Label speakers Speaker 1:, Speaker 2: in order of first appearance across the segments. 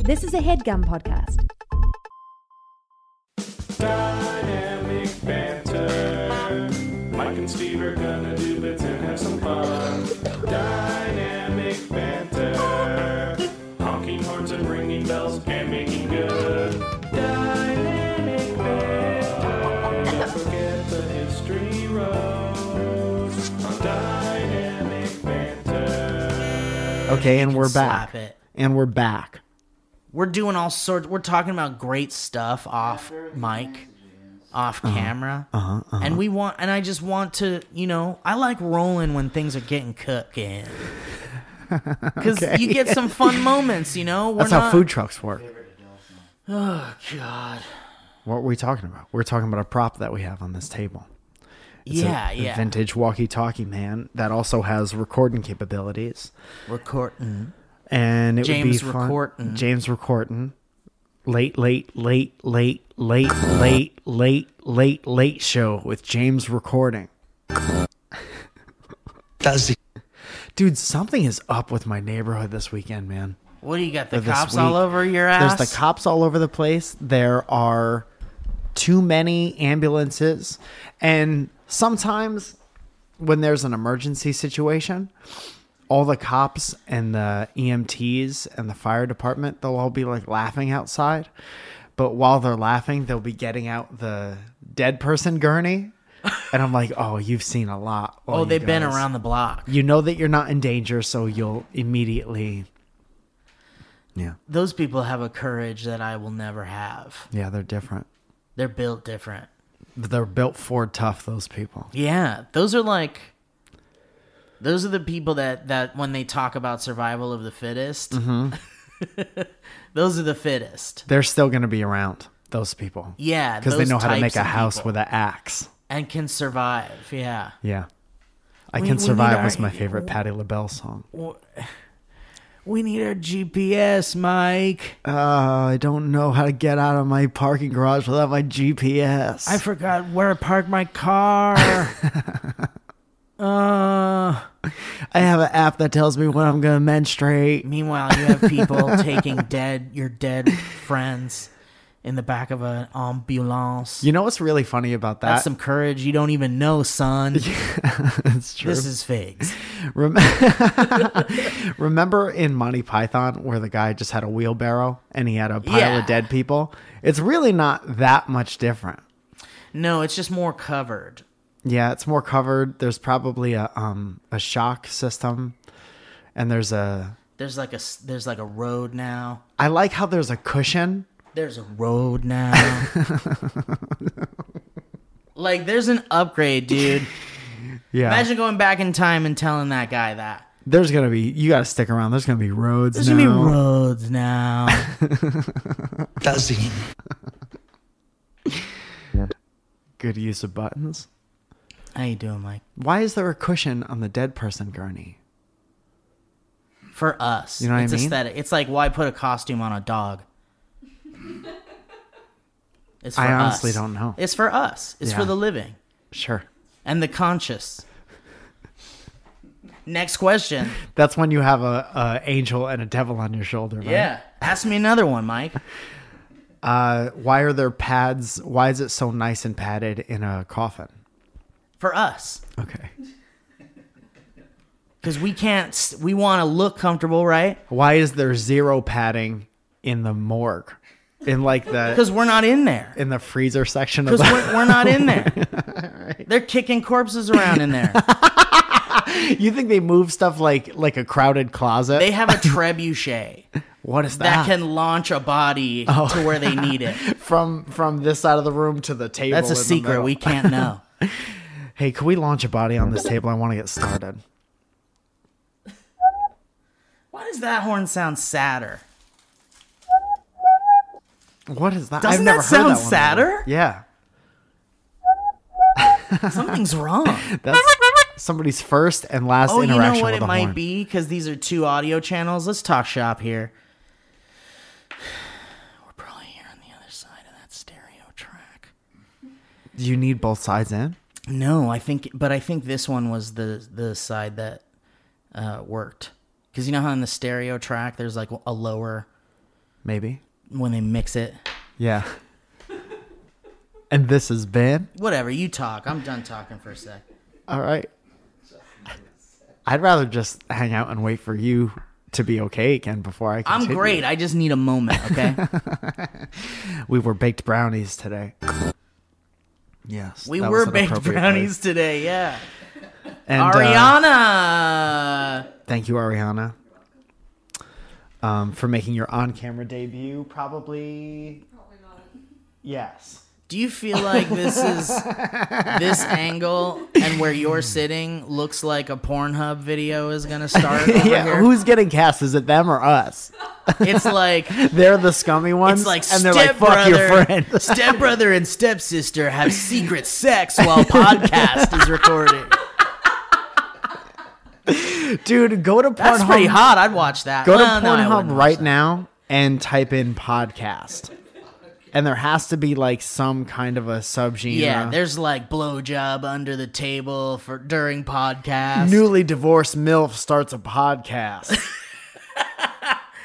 Speaker 1: This is a headgum podcast.
Speaker 2: Dynamic banter. Mike and Steve are gonna do bits and have some fun. Dynamic banter. Honking horns and ringing bells and making good. Dynamic banter. Don't forget the history road on dynamic banter.
Speaker 3: Okay, and we're
Speaker 4: slap
Speaker 3: back.
Speaker 4: it.
Speaker 3: And we're back.
Speaker 4: We're doing all sorts. We're talking about great stuff off mic, off
Speaker 3: Uh-huh.
Speaker 4: camera, and we want. And I just want to, you know, I like rolling when things are getting cooking, because you get some fun moments. You know, we're
Speaker 3: That's how
Speaker 4: not-
Speaker 3: food trucks work.
Speaker 4: Oh God.
Speaker 3: What were we talking about? We're talking about a prop that we have on this table. It's a-
Speaker 4: yeah,
Speaker 3: a
Speaker 4: yeah.
Speaker 3: Vintage walkie-talkie man that also has recording capabilities,
Speaker 4: Recording.
Speaker 3: and it
Speaker 4: James
Speaker 3: would be fun.
Speaker 4: Recortin.
Speaker 3: James Recortin. Late, late, late, late, late, late, late, late, late show with James Recording.
Speaker 5: That's the
Speaker 3: Dude, something is up with my neighborhood this weekend, man.
Speaker 4: What do you got? The
Speaker 3: this
Speaker 4: cops all
Speaker 3: week.
Speaker 4: over your ass.
Speaker 3: There's the cops all over the place. There are too many ambulances. And sometimes when there's an emergency situation, all the cops and the EMTs and the fire department, they'll all be like laughing outside. But while they're laughing, they'll be getting out the dead person gurney. And I'm like, oh, you've seen a lot. all
Speaker 4: Oh,
Speaker 3: you
Speaker 4: they've been
Speaker 3: guys."
Speaker 4: around the block.
Speaker 3: You know that you're not in danger, so you'll immediately. Yeah.
Speaker 4: Those people have a courage that I will never have.
Speaker 3: Yeah, they're different.
Speaker 4: They're built different.
Speaker 3: They're built for tough, those people.
Speaker 4: Yeah, those are like those are the people that that when they talk about survival of the fittest, those are the fittest.
Speaker 3: They're still going to be around, those people.
Speaker 4: Yeah,
Speaker 3: Because they
Speaker 4: those
Speaker 3: know how to
Speaker 4: types
Speaker 3: make a
Speaker 4: of
Speaker 3: house
Speaker 4: people.
Speaker 3: with an axe.
Speaker 4: and can survive. Yeah,
Speaker 3: Yeah. I
Speaker 4: We- we
Speaker 3: Can
Speaker 4: need
Speaker 3: Survive
Speaker 4: our-
Speaker 3: was my favorite Patti LaBelle song.
Speaker 4: we need our GPS, Mike.
Speaker 3: Uh, I don't know how to get out of my parking garage without my GPS.
Speaker 4: I forgot where I parked my car. uh.
Speaker 3: I have an app that tells me when I'm going to menstruate.
Speaker 4: Meanwhile, you have people taking dead your dead friends in the back of an ambulance.
Speaker 3: You know what's really funny about that?
Speaker 4: That's some courage you don't even know, son.
Speaker 3: it's true.
Speaker 4: This is figs.
Speaker 3: Rem- Remember in Monty Python where the guy just had a wheelbarrow and he had a pile
Speaker 4: Yeah.
Speaker 3: of dead people? It's really not that much different.
Speaker 4: No, it's just more covered.
Speaker 3: Yeah, it's more covered. There's probably a um a shock system, and there's a.
Speaker 4: There's like a s- there's like a road now.
Speaker 3: I like how there's a cushion.
Speaker 4: There's a road now. like there's an upgrade, dude.
Speaker 3: Yeah,
Speaker 4: Imagine going back in time and telling that guy that.
Speaker 3: there's gonna be. You gotta stick around. There's gonna be roads.
Speaker 4: There's
Speaker 3: now.
Speaker 4: gonna be roads now.
Speaker 5: that's the
Speaker 3: Good use of buttons.
Speaker 4: How you doing, Mike?
Speaker 3: Why is there a cushion on the dead person gurney?
Speaker 4: For us.
Speaker 3: You know what I
Speaker 4: it's
Speaker 3: mean?
Speaker 4: aesthetic. It's like why put a costume on a dog? It's for
Speaker 3: I honestly
Speaker 4: us.
Speaker 3: don't know.
Speaker 4: It's for us. It's for
Speaker 3: Yeah.
Speaker 4: the living.
Speaker 3: Sure,
Speaker 4: and the conscious. Next question.
Speaker 3: that's when you have a, a angel and a devil on your shoulder. Right?
Speaker 4: Ask me another one, Mike.
Speaker 3: Uh, why are there pads? Why is it so nice and padded in a coffin?
Speaker 4: For us.
Speaker 3: Okay.
Speaker 4: Because we can't, s- we want to look comfortable, right?
Speaker 3: Why is there zero padding in the morgue? In like the
Speaker 4: Because we're not in there.
Speaker 3: in the freezer section of
Speaker 4: Because
Speaker 3: the
Speaker 4: we're, we're not in there. They're kicking corpses around in there.
Speaker 3: You think they move stuff like like a crowded closet?
Speaker 4: They have a trebuchet
Speaker 3: what is
Speaker 4: that
Speaker 3: that?
Speaker 4: can launch a body
Speaker 3: Oh.
Speaker 4: to where they need it.
Speaker 3: from from this side of the room to the table.
Speaker 4: That's a
Speaker 3: in the
Speaker 4: secret.
Speaker 3: middle.
Speaker 4: We can't know.
Speaker 3: hey, can we launch a body on this table? I want to get started.
Speaker 4: Why does that horn sound sadder?
Speaker 3: What is that?
Speaker 4: Doesn't
Speaker 3: I've never
Speaker 4: that
Speaker 3: heard
Speaker 4: sound
Speaker 3: that one
Speaker 4: sadder?
Speaker 3: before. Yeah,
Speaker 4: Something's wrong.
Speaker 3: that's somebody's first and last
Speaker 4: Oh, you
Speaker 3: interaction
Speaker 4: know what
Speaker 3: with
Speaker 4: it
Speaker 3: a
Speaker 4: might
Speaker 3: horn.
Speaker 4: be because these are two audio channels. Let's talk shop here. We're probably here on the other side of that stereo track.
Speaker 3: Do you need both sides in?
Speaker 4: No, I think, but I think this one was the the side that uh, worked because you know how in the stereo track there's like a lower
Speaker 3: maybe.
Speaker 4: when they mix it.
Speaker 3: Yeah. and this has been
Speaker 4: Whatever, you talk. I'm done talking for a sec.
Speaker 3: all right. I'd rather just hang out and wait for you to be okay again before I.
Speaker 4: I'm
Speaker 3: Continue.
Speaker 4: great. I just need a moment, okay?
Speaker 3: We were baked brownies today. Yes,
Speaker 4: We
Speaker 3: that
Speaker 4: were
Speaker 3: was an
Speaker 4: baked
Speaker 3: appropriate
Speaker 4: brownies
Speaker 3: place.
Speaker 4: today, yeah.
Speaker 3: And, uh,
Speaker 4: Ariana!
Speaker 3: Thank you, Ariana, um, for making your on-camera debut. Probably. Probably not. Yes.
Speaker 4: Do you feel like this is this angle and where you're sitting looks like a Pornhub video is gonna start? Over
Speaker 3: Yeah.
Speaker 4: here?
Speaker 3: Who's getting cast? Is it them or us?
Speaker 4: it's like
Speaker 3: They're the scummy ones.
Speaker 4: it's like
Speaker 3: and they're like, "Fuck your
Speaker 4: stepbrother,
Speaker 3: friend."
Speaker 4: stepbrother and stepsister have secret sex while podcast is recorded.
Speaker 3: Dude, go to
Speaker 4: That's pretty
Speaker 3: Pornhub.
Speaker 4: hot. I'd watch that.
Speaker 3: Go to
Speaker 4: Well, no, I
Speaker 3: Pornhub
Speaker 4: wouldn't watch
Speaker 3: right
Speaker 4: that.
Speaker 3: now and type in podcast. And there has to be like some kind of a subgenre.
Speaker 4: Yeah, there's like blowjob under the table for during podcast.
Speaker 3: Newly divorced MILF starts a podcast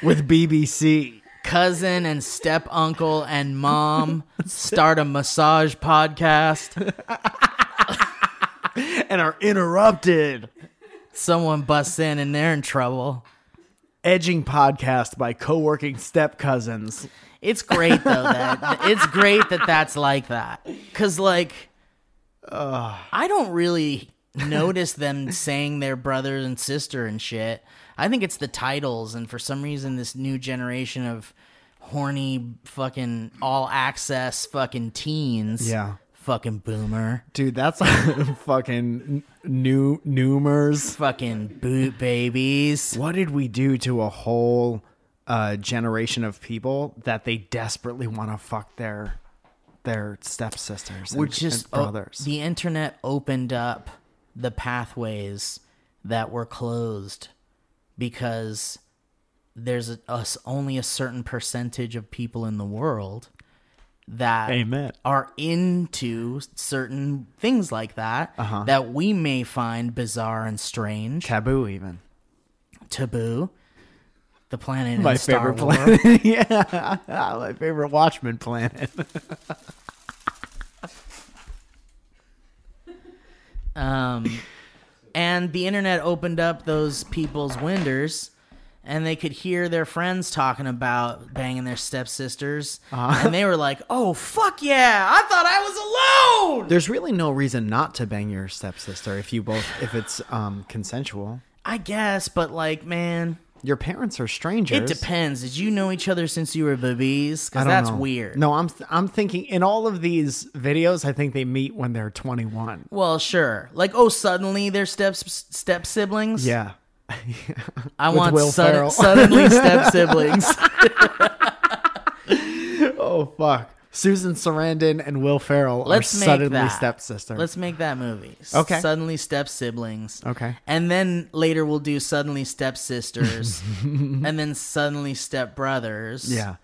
Speaker 3: with BBC.
Speaker 4: cousin and step uncle and mom start a massage podcast.
Speaker 3: And are interrupted.
Speaker 4: Someone busts in and they're in trouble.
Speaker 3: Edging podcast by co working step cousins.
Speaker 4: It's great though that it's great that that's like that cuz like I don't really notice them saying their brother and sister and shit. I think it's the titles and for some reason this new generation of horny fucking all access fucking teens.
Speaker 3: Yeah.
Speaker 4: Fucking boomer.
Speaker 3: Dude, that's fucking new numers.
Speaker 4: Fucking boot babies.
Speaker 3: What did we do to a whole uh, generation of people that they desperately want to fuck their their stepsisters
Speaker 4: We're
Speaker 3: and,
Speaker 4: just
Speaker 3: and
Speaker 4: o-
Speaker 3: brothers?
Speaker 4: the internet opened up the pathways that were closed because there's a, us only a certain percentage of people in the world that
Speaker 3: Amen.
Speaker 4: are into certain things like that
Speaker 3: Uh-huh.
Speaker 4: that we may find bizarre and strange.
Speaker 3: Taboo, even.
Speaker 4: Taboo, the planet, in
Speaker 3: My
Speaker 4: Star
Speaker 3: favorite
Speaker 4: Wars.
Speaker 3: planet. yeah,
Speaker 4: Ah,
Speaker 3: my favorite Watchmen planet.
Speaker 4: Um, and the internet opened up those people's windows, and they could hear their friends talking about banging their stepsisters,
Speaker 3: Uh-huh.
Speaker 4: and they were like, "Oh fuck yeah! I thought I was alone."
Speaker 3: There's really no reason not to bang your stepsister if you both if it's um, consensual.
Speaker 4: I guess, but like, man,
Speaker 3: Your parents are
Speaker 4: it
Speaker 3: strangers.
Speaker 4: depends. Did you know each other since you were babies?
Speaker 3: I
Speaker 4: Because
Speaker 3: don't
Speaker 4: that's
Speaker 3: know.
Speaker 4: weird.
Speaker 3: No, I'm I'm thinking in all of these videos, I think they meet when they're 21.
Speaker 4: Well, sure. Like, oh, suddenly they're step step siblings.
Speaker 3: Yeah.
Speaker 4: I
Speaker 3: with
Speaker 4: want
Speaker 3: Will
Speaker 4: sud-
Speaker 3: Ferrell.
Speaker 4: suddenly step siblings.
Speaker 3: Oh fuck. Susan Sarandon and Will Ferrell
Speaker 4: Let's
Speaker 3: are
Speaker 4: make
Speaker 3: suddenly
Speaker 4: that.
Speaker 3: stepsister.
Speaker 4: Let's make that movie. S-
Speaker 3: Okay.
Speaker 4: Suddenly step siblings.
Speaker 3: Okay.
Speaker 4: And then later we'll do suddenly step sisters, and then suddenly step brothers.
Speaker 3: yeah.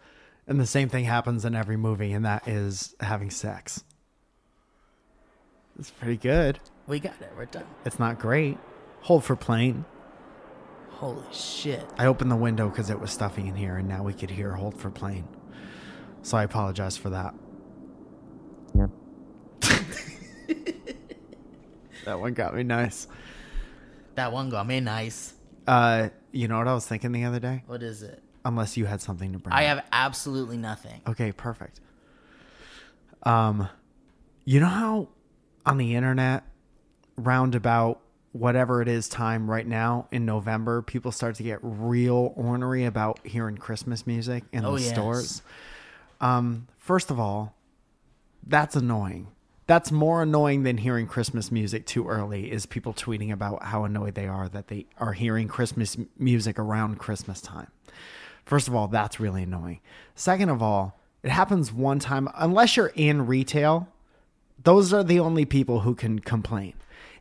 Speaker 3: And the same thing happens in every movie, and that is having sex. It's pretty good.
Speaker 4: We got it. We're done.
Speaker 3: It's not great. Hold for plane.
Speaker 4: Holy shit.
Speaker 3: I opened the window because it was stuffy in here, and now we could hear hold for plane. So I apologize for that. that one got me nice.
Speaker 4: That one got me nice.
Speaker 3: Uh, you know what I was thinking the other day?
Speaker 4: What is it?
Speaker 3: Unless you had something to bring.
Speaker 4: I
Speaker 3: up.
Speaker 4: have absolutely nothing.
Speaker 3: Okay, perfect. Um, you know how on the internet, roundabout whatever it is time right now in November, people start to get real ornery about hearing Christmas music in
Speaker 4: Oh,
Speaker 3: the
Speaker 4: yes.
Speaker 3: stores. Um, first of all, that's annoying. That's more annoying than hearing Christmas music too early. Is people tweeting about how annoyed they are that they are hearing Christmas m- music around Christmas time. First of all, that's really annoying. Second of all, it happens one time, unless you're in retail, those are the only people who can complain.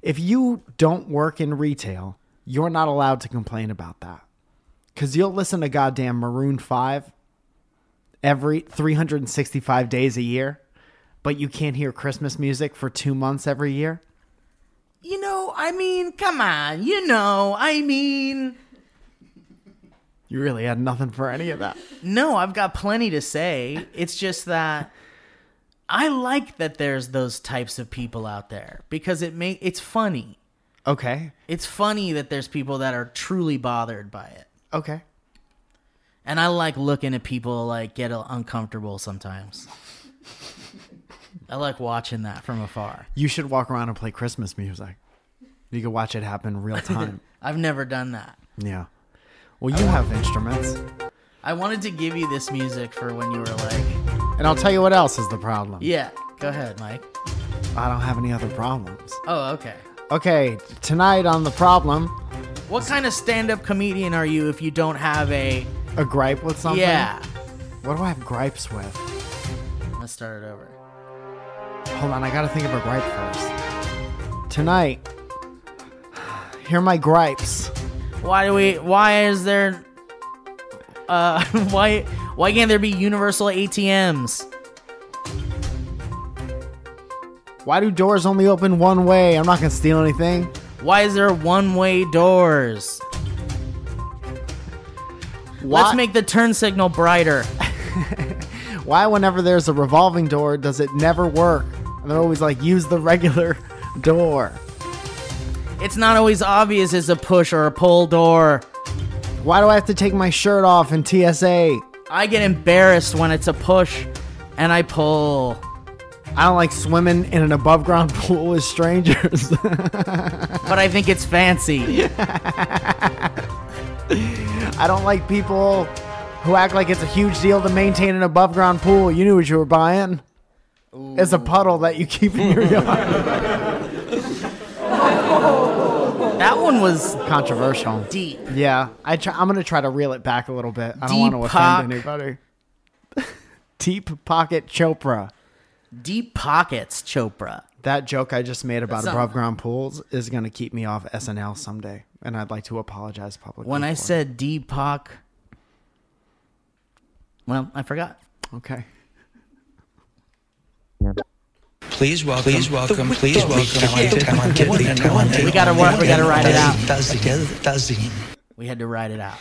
Speaker 3: If you don't work in retail, you're not allowed to complain about that. Because you'll listen to goddamn Maroon 5 every 365 days a year, but you can't hear Christmas music for two months every year.
Speaker 4: You know, I mean, come on. You know, I mean,
Speaker 3: You really had nothing for any of that.
Speaker 4: No, I've got plenty to say. It's just that I like that there's those types of people out there because it may it's funny.
Speaker 3: Okay.
Speaker 4: It's funny that there's people that are truly bothered by it.
Speaker 3: Okay.
Speaker 4: And I like looking at people like get uncomfortable sometimes. I like watching that from afar.
Speaker 3: You should walk around and play Christmas music. You could watch it happen real time.
Speaker 4: I've never done that.
Speaker 3: yeah. Well, you have instruments.
Speaker 4: I wanted to give you this music for when you were like,
Speaker 3: And I'll tell you what else is the problem.
Speaker 4: yeah, go ahead, Mike.
Speaker 3: I don't have any other problems.
Speaker 4: Oh, okay.
Speaker 3: Okay, tonight on the problem,
Speaker 4: What kind of stand-up comedian are you if you don't have a
Speaker 3: a gripe with something.
Speaker 4: Yeah.
Speaker 3: What do I have gripes with?
Speaker 4: Let's start it over.
Speaker 3: Hold on, I gotta think of a gripe first. Tonight, here are my gripes.
Speaker 4: Why do we? Why is there? Uh, why why can't there be universal ATMs?
Speaker 3: Why do doors only open one way? I'm not gonna steal anything.
Speaker 4: Why is there one-way doors?
Speaker 3: Why,
Speaker 4: Let's make the turn signal brighter.
Speaker 3: why whenever there's a revolving door does it never work? And they're always like, use the regular door.
Speaker 4: It's not always obvious it's a push or a pull door.
Speaker 3: Why do I have to take my shirt off in TSA?
Speaker 4: I get embarrassed when it's a push, and I pull.
Speaker 3: I don't like swimming in an above ground pool with strangers.
Speaker 4: But I think it's fancy.
Speaker 3: I don't like people who act like it's a huge deal to maintain an above ground pool. You knew what you were buying. It's a puddle that you keep in your yard.
Speaker 4: That one was
Speaker 3: Controversial.
Speaker 4: deep.
Speaker 3: Yeah, I try, I'm gonna try to reel it back a little bit. I don't want to
Speaker 4: Deepak.
Speaker 3: offend anybody. Deep pocket Chopra.
Speaker 4: Deep pockets, Chopra.
Speaker 3: That joke I just made about
Speaker 4: That's not-
Speaker 3: above ground pools is gonna keep me off SNL someday, and I'd like to apologize publicly.
Speaker 4: When I
Speaker 3: for it.
Speaker 4: said Deepak, well, I forgot.
Speaker 3: okay,
Speaker 5: Please welcome. Please welcome. Please welcome. Talented, talented, talented,
Speaker 4: We gotta work. We gotta ride it out.
Speaker 5: That's the kid. That's the
Speaker 4: We had to ride it out.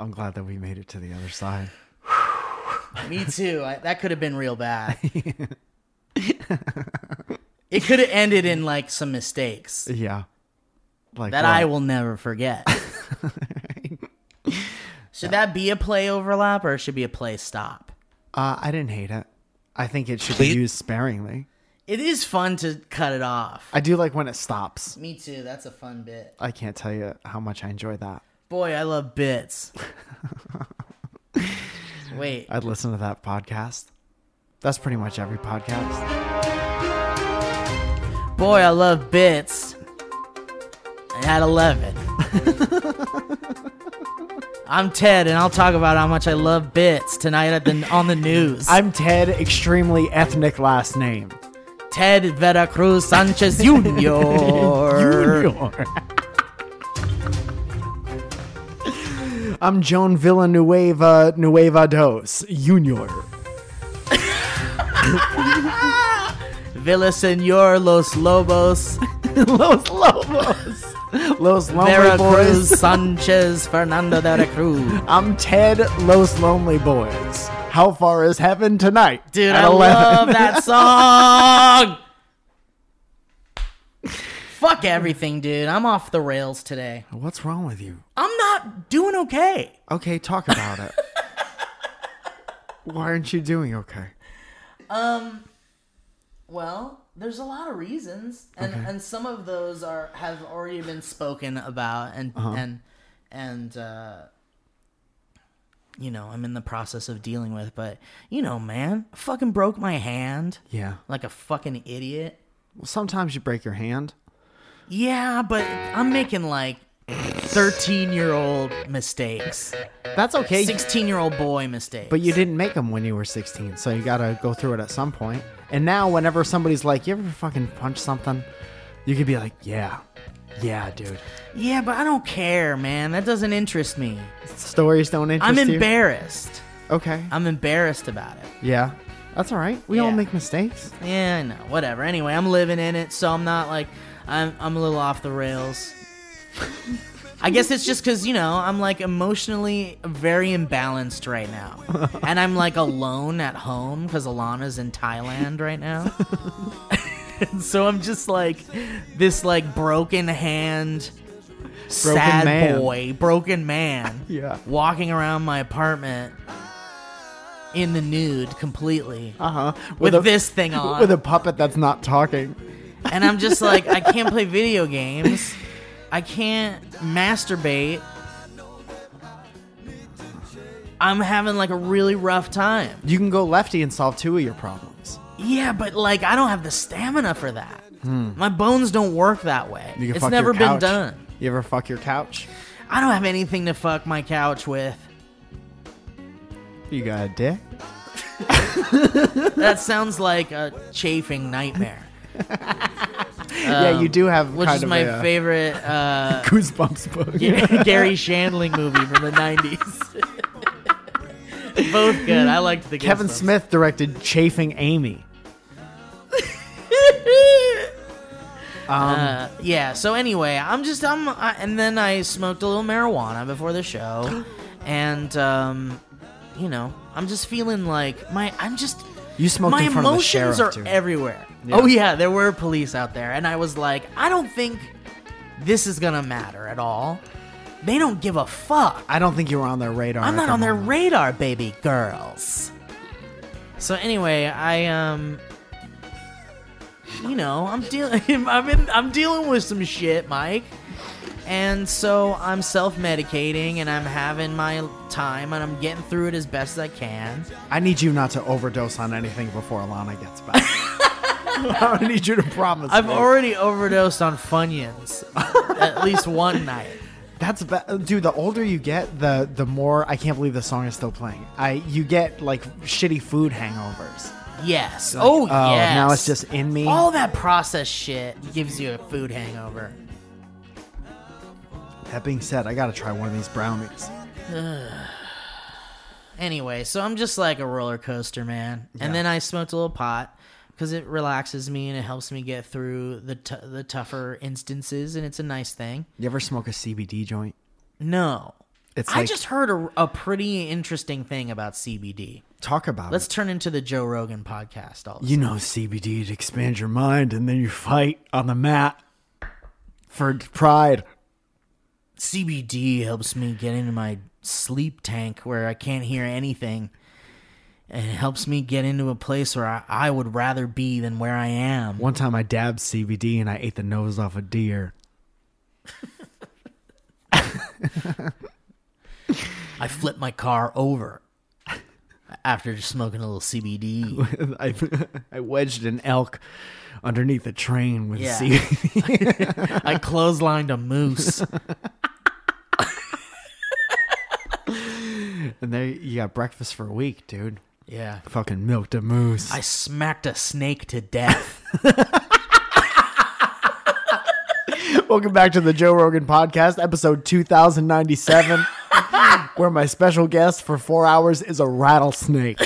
Speaker 3: I'm glad that we made it to the other side.
Speaker 4: Me too. I, that could have been real bad. it could have ended in like some mistakes
Speaker 3: Yeah, like
Speaker 4: that
Speaker 3: what?
Speaker 4: I will never forget. should that be a play overlap or it should be a play stop?
Speaker 3: Uh, I didn't hate it. I think it should
Speaker 5: Please-
Speaker 3: be used sparingly.
Speaker 4: It is fun to cut it off.
Speaker 3: I do like when it stops.
Speaker 4: Me too. That's a fun bit.
Speaker 3: I can't tell you how much I enjoy that.
Speaker 4: Boy, I love bits. Wait,
Speaker 3: I'd listen to that podcast. That's pretty much every podcast.
Speaker 4: boy, I love bits. At 11. I'm Ted, and I'll talk about how much I love bits tonight at the, on the news.
Speaker 3: I'm Ted, extremely ethnic last name.
Speaker 4: Ted Veracruz Sanchez Jr.
Speaker 3: I'm Joan Villanueva Nueva Dos Junior.
Speaker 4: Villa Senor Los
Speaker 3: Oh,
Speaker 4: Lobos
Speaker 3: Los Lobos. Los Lonely
Speaker 4: Veracruz
Speaker 3: Boys.
Speaker 4: Sanchez Fernando Veracruz.
Speaker 3: I'm Ted Los Lonely Boys. How far is heaven tonight?
Speaker 4: Dude,
Speaker 3: At
Speaker 4: I
Speaker 3: 11.
Speaker 4: love that song. Fuck everything, dude. I'm off the rails today.
Speaker 3: What's wrong with you?
Speaker 4: I'm not doing okay.
Speaker 3: Okay, talk about it. Why aren't you doing okay?
Speaker 4: Well, there's a lot of reasons, and and some of those are have already been spoken about, and
Speaker 3: Uh-huh.
Speaker 4: and and uh, you know I'm in the process of dealing with. But you know, man, I fucking broke my hand
Speaker 3: Yeah.
Speaker 4: like a fucking idiot.
Speaker 3: Well, sometimes you break your hand.
Speaker 4: Yeah, but I'm making like 13 year old mistakes,
Speaker 3: That's okay.
Speaker 4: 16 year old boy mistakes.
Speaker 3: But you didn't make them when you were 16, so you gotta go through it at some point. And now, whenever somebody's like, "You ever fucking punch something?" You could be like, "Yeah, yeah, dude."
Speaker 4: yeah, but I don't care, man. That doesn't interest me.
Speaker 3: Stories don't interest
Speaker 4: I'm
Speaker 3: you.
Speaker 4: embarrassed.
Speaker 3: Okay.
Speaker 4: I'm embarrassed about it.
Speaker 3: yeah, that's all right. We all
Speaker 4: Yeah.
Speaker 3: make mistakes.
Speaker 4: Yeah, I know. Whatever. Anyway, I'm living in it, so I'm not like I'm I'm a little off the rails. I guess it's just because, you know, I'm like emotionally very imbalanced right now. And I'm like alone at home because Alana's in Thailand right now. And so I'm just like this like broken hand, sad
Speaker 3: man.
Speaker 4: boy, broken man.
Speaker 3: Yeah.
Speaker 4: Walking around my apartment in the nude completely
Speaker 3: Uh-huh.
Speaker 4: with,
Speaker 3: a-
Speaker 4: this thing on.
Speaker 3: With a puppet that's not talking.
Speaker 4: and I'm just like, I can't play video games. I can't masturbate. I'm having like a really rough time.
Speaker 3: You can go lefty and solve two of your problems.
Speaker 4: Yeah, but like I don't have the stamina for that. My bones don't work that way.
Speaker 3: Hmm. You can
Speaker 4: It's
Speaker 3: fuck
Speaker 4: never
Speaker 3: your
Speaker 4: been
Speaker 3: couch.
Speaker 4: done.
Speaker 3: You ever fuck your couch?
Speaker 4: I don't have anything to fuck my couch with.
Speaker 3: You got a dick?
Speaker 4: That sounds like a chafing nightmare.
Speaker 3: yeah, you do have
Speaker 4: Um, Which
Speaker 3: kind
Speaker 4: is
Speaker 3: of
Speaker 4: my
Speaker 3: a, uh,
Speaker 4: favorite uh,
Speaker 3: goosebumps book.
Speaker 4: Gary Shandling movie from the 90s. Both good. I liked the
Speaker 3: Kevin
Speaker 4: Goosebumps.
Speaker 3: Smith directed Chafing Amy. Um,
Speaker 4: Uh, yeah. So anyway, I'm just I'm I, and then I smoked a little marijuana before the show, and um, you know I'm just feeling like my I'm just
Speaker 3: You smoked
Speaker 4: my
Speaker 3: in front of the sheriff.
Speaker 4: emotions are
Speaker 3: dude.
Speaker 4: everywhere. Oh yeah, there were police out there, and I was like, I don't think this is gonna matter at all. They don't give a fuck.
Speaker 3: I don't think you were on their radar.
Speaker 4: I'm
Speaker 3: at
Speaker 4: not
Speaker 3: the
Speaker 4: on their
Speaker 3: moment.
Speaker 4: radar, baby girls. So anyway, I um you know, I'm dealing I'm in, I'm dealing with some shit, Mike. And so I'm self-medicating and I'm having my time and I'm getting through it as best as I can.
Speaker 3: I need you not to overdose on anything before Alana gets back. I need you to promise.
Speaker 4: I've
Speaker 3: me.
Speaker 4: already overdosed on Funyuns at least one night.
Speaker 3: That's ba- dude. The older you get, the the more I can't believe the song is still playing. I you get like shitty food hangovers.
Speaker 4: Yes. oh,
Speaker 3: oh,
Speaker 4: yes.
Speaker 3: now it's just in me.
Speaker 4: All that processed shit gives you a food hangover.
Speaker 3: That being said, I gotta try one of these brownies.
Speaker 4: Anyway, so I'm just like a roller coaster, man. And then I smoked a little pot because it relaxes me and it helps me get through the t- the tougher instances, and it's a nice thing.
Speaker 3: You ever smoke a CBD joint?
Speaker 4: No,
Speaker 3: It's
Speaker 4: I
Speaker 3: like-
Speaker 4: just heard a, a pretty interesting thing about CBD.
Speaker 3: Talk about
Speaker 4: Let's
Speaker 3: it.
Speaker 4: turn into the Joe Rogan podcast. All
Speaker 3: You know CBD it expands your mind, and then you fight on the mat for pride.
Speaker 4: CBD helps me get into my sleep tank where I can't hear anything. And it helps me get into a place where I, I would rather be than where I am.
Speaker 3: One time I dabbed CBD and I ate the nose off a deer.
Speaker 4: I flipped my car over after just smoking a little CBD.
Speaker 3: I, I wedged an elk underneath a train with
Speaker 4: Yeah.
Speaker 3: CBD.
Speaker 4: I clotheslined a moose.
Speaker 3: And there you got breakfast for a week, dude.
Speaker 4: Yeah.
Speaker 3: Fucking milked a moose.
Speaker 4: I smacked a snake to death.
Speaker 3: Welcome back to the Joe Rogan Podcast, episode 2097, where my special guest for four hours is a rattlesnake.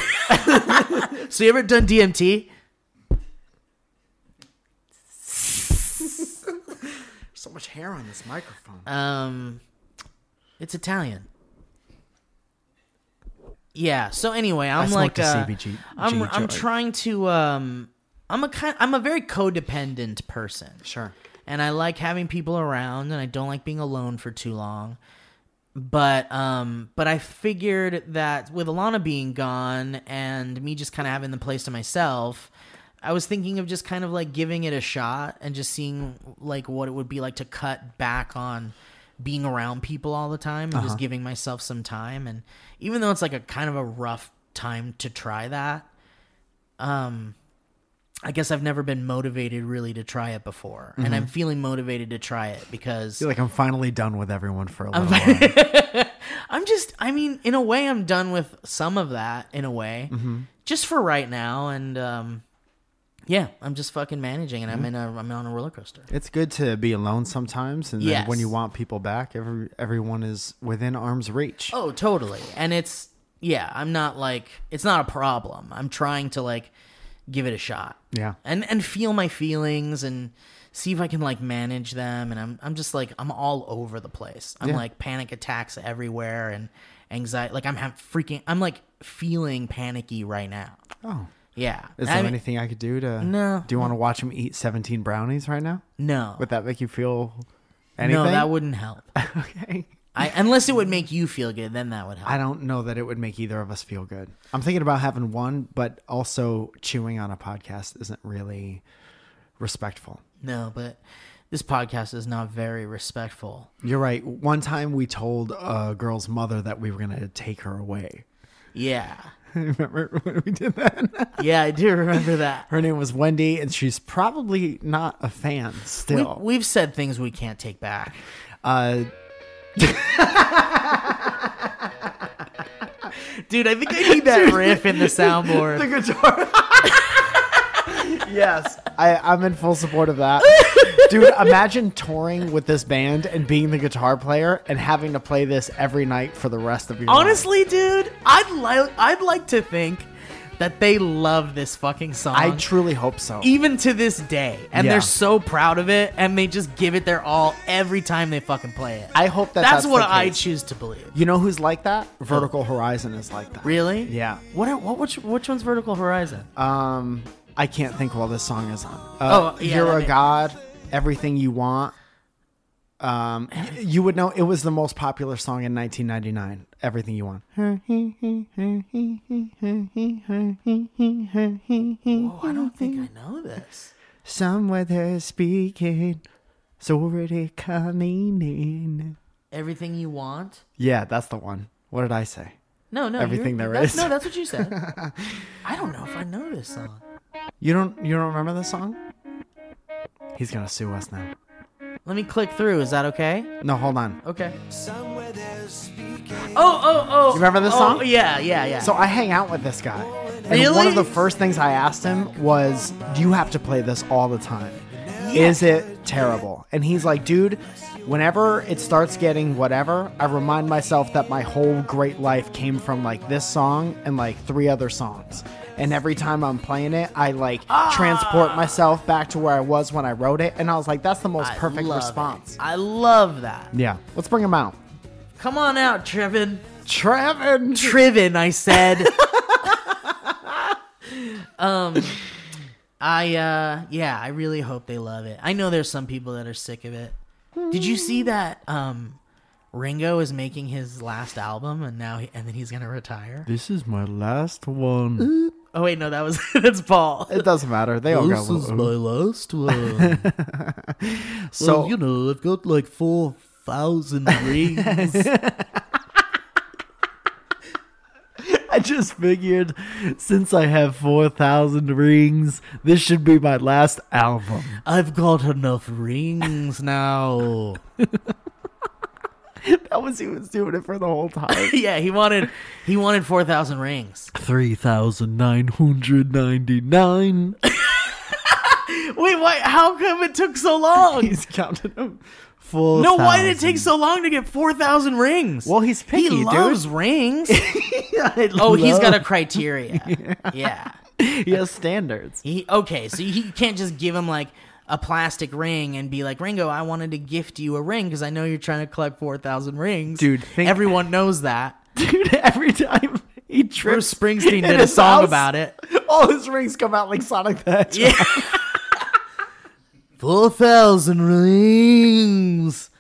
Speaker 4: so you ever done DMT?
Speaker 3: so much hair on this microphone.
Speaker 4: Um it's Italian. Yeah. So anyway, I'm
Speaker 3: smoked
Speaker 4: like
Speaker 3: a
Speaker 4: uh,
Speaker 3: CBG
Speaker 4: I'm I'm
Speaker 3: joint.
Speaker 4: trying to um I'm a kind I'm a very codependent person.
Speaker 3: sure.
Speaker 4: and I like having people around and I don't like being alone for too long. But um but I figured that with Alana being gone and me just kind of having the place to myself, I was thinking of just kind of like giving it a shot and just seeing like what it would be like to cut back on being around people all the time and just giving myself some time and even though it's like a kind of a rough time to try that I guess I've never been motivated really to try it before, and I'm feeling motivated to try it because
Speaker 3: feel like I'm finally done with everyone for a little while.
Speaker 4: I'm just, I mean, in a way, I'm done with some of that in a way, just for right now, and um, yeah, I'm just fucking managing, and I'm in a, I'm on a roller coaster.
Speaker 3: It's good to be alone sometimes, and then
Speaker 4: Yes.
Speaker 3: when you want people back, every, everyone is within arm's reach.
Speaker 4: Oh, totally, and it's yeah, I'm not like it's not a problem. I'm trying to like give it a shot,
Speaker 3: Yeah.
Speaker 4: and and feel my feelings and see if I can like manage them. And I'm I'm just like I'm all over the place. I'm
Speaker 3: Yeah.
Speaker 4: like panic attacks everywhere and anxiety. Like I'm ha- freaking. I'm like feeling panicky right now.
Speaker 3: Oh.
Speaker 4: Yeah.
Speaker 3: Is
Speaker 4: I
Speaker 3: there
Speaker 4: mean-
Speaker 3: anything I could do to?
Speaker 4: No.
Speaker 3: Do you want to watch him eat seventeen brownies right now?
Speaker 4: No.
Speaker 3: Would that make you feel anything?
Speaker 4: no, that wouldn't help.
Speaker 3: okay.
Speaker 4: I, unless it would make you feel good, then that would help.
Speaker 3: I don't know that it would make either of us feel good. I'm thinking about having one, but also chewing on a podcast isn't really respectful.
Speaker 4: no, but this podcast is not very respectful.
Speaker 3: You're right. One time we told a girl's mother that we were going to take her away.
Speaker 4: Yeah.
Speaker 3: Remember when we did that?
Speaker 4: Yeah, I do remember that.
Speaker 3: Her name was Wendy, and she's probably not a fan
Speaker 4: We,
Speaker 3: still.
Speaker 4: we've said things we can't take back.
Speaker 3: uh,
Speaker 4: Dude, I think I need that riff in the soundboard.
Speaker 3: guitar. yes, I, I'm in full support of that. Dude, imagine touring with this band and being the guitar player and having to play this every night for the rest of your life.
Speaker 4: Honestly, dude, I'd like I'd like to think that they love this fucking song.
Speaker 3: I truly hope so.
Speaker 4: even to this day, and
Speaker 3: Yeah.
Speaker 4: they're so proud of it, and they just give it their all every time they fucking play it.
Speaker 3: I hope that
Speaker 4: that's,
Speaker 3: that's,
Speaker 4: what
Speaker 3: the
Speaker 4: I
Speaker 3: case.
Speaker 4: choose to believe.
Speaker 3: You know who's like that? Vertical Horizon is like that.
Speaker 4: Really?
Speaker 3: Yeah.
Speaker 4: What? Are, what? Which? Which one's Vertical Horizon?
Speaker 3: Um, I can't think while this song is on. Uh,
Speaker 4: Oh, yeah,
Speaker 3: you're
Speaker 4: that
Speaker 3: a
Speaker 4: ma-
Speaker 3: god, everything you want. Um, you would know it was the most popular song in 1999. Everything you want.
Speaker 4: oh, I don't think I know this.
Speaker 3: Somewhere they're speaking, it's already coming in.
Speaker 4: Everything you want.
Speaker 3: Yeah, that's the one. What did I say?
Speaker 4: No, no.
Speaker 3: Everything
Speaker 4: there
Speaker 3: there
Speaker 4: is.
Speaker 3: is.
Speaker 4: No, that's what you said. I don't know if I know this song.
Speaker 3: You don't you don't remember the song? He's gonna sue us now.
Speaker 4: Let me click through. Is that okay?
Speaker 3: No, hold on.
Speaker 4: Okay. Oh, oh, oh. You
Speaker 3: remember this song?
Speaker 4: Yeah, yeah, yeah.
Speaker 3: So I hang out with this guy. And one
Speaker 4: Really?
Speaker 3: of the first things I asked him was, Do you have to play this all the time? Is it terrible? And he's like, Dude, whenever it starts getting whatever, I remind myself that my whole great life came from like this song and like three other songs. And every time I'm playing it, I like
Speaker 4: Ah.
Speaker 3: transport myself back to where I was when I wrote it. And I was like, That's the most
Speaker 4: I
Speaker 3: perfect
Speaker 4: love
Speaker 3: response.
Speaker 4: it. I love that.
Speaker 3: Yeah. Let's bring him out.
Speaker 4: Come on out, Trevin.
Speaker 3: Trevin.
Speaker 4: Trivin, I said. um, I uh, yeah, I really hope they love it. I know there's some people that are sick of it. Did you see that? Um, Ringo is making his last album, and now he, and then he's gonna retire.
Speaker 3: This is my last one.
Speaker 4: Oh wait, no, that was that's Paul.
Speaker 3: It doesn't matter. They all got little-
Speaker 4: last one.
Speaker 3: so
Speaker 4: know, I've got like four thousand rings.
Speaker 3: I just figured since I have 4,000 rings, this should be my last album.
Speaker 4: I've got enough rings now.
Speaker 3: That was, he was doing it for the whole time.
Speaker 4: yeah, he wanted he wanted four thousand rings.
Speaker 3: 3,999.
Speaker 4: Wait, why? How come it took so long?
Speaker 3: He's counting them full.
Speaker 4: No, why did it
Speaker 3: thousand.
Speaker 4: take so long to get four thousand rings?
Speaker 3: Well, he's picky,
Speaker 4: he
Speaker 3: dude.
Speaker 4: loves rings. oh, he's got a criteria. yeah.
Speaker 3: He has standards.
Speaker 4: He okay, so he can't just give him like a plastic ring and be like, Ringo, I wanted to gift you a ring because I know you're trying to collect four thousand rings,
Speaker 3: Dude, think-
Speaker 4: Everyone knows that.
Speaker 3: Dude, every time he trips.
Speaker 4: Bruce Springsteen
Speaker 3: in
Speaker 4: did a
Speaker 3: his
Speaker 4: song
Speaker 3: house,
Speaker 4: about it.
Speaker 3: All his rings come out like Sonic the Hedgehog.
Speaker 4: Yeah. Four thousand rings,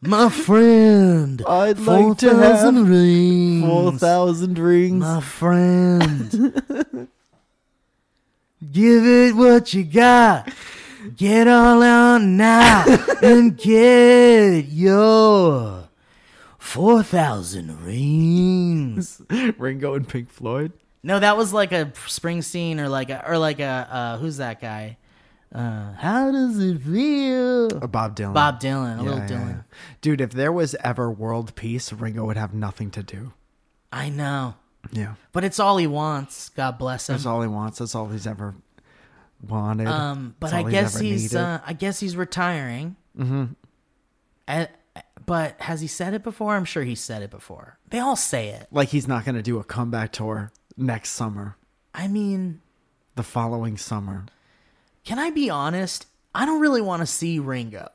Speaker 4: my friend.
Speaker 3: I'd like to have
Speaker 4: 4,000 rings,
Speaker 3: 4,000 rings.
Speaker 4: friend. Give it what you got. Get all out now and get your four thousand rings.
Speaker 3: Ringo and Pink Floyd.
Speaker 4: No, that was like a Springsteen or like a or like a uh, who's that guy? Uh, how does it feel?
Speaker 3: Or Bob Dylan.
Speaker 4: Bob Dylan, a
Speaker 3: Yeah,
Speaker 4: little
Speaker 3: yeah,
Speaker 4: Dylan.
Speaker 3: yeah. Dude, if there was ever world peace, Ringo would have nothing to do.
Speaker 4: I know,
Speaker 3: Yeah.
Speaker 4: but it's all he wants. God bless him.
Speaker 3: That's all he wants. That's all he's ever wanted.
Speaker 4: Um, but
Speaker 3: That's
Speaker 4: I
Speaker 3: all
Speaker 4: guess
Speaker 3: ever
Speaker 4: he's
Speaker 3: needed.
Speaker 4: uh, I guess he's retiring. Mm-hmm. but has he said it before? I'm sure he said it before. They all say it.
Speaker 3: like he's not going to do a comeback tour next summer,
Speaker 4: I mean,
Speaker 3: the following summer.
Speaker 4: can I be honest? I don't really want to see Ringo.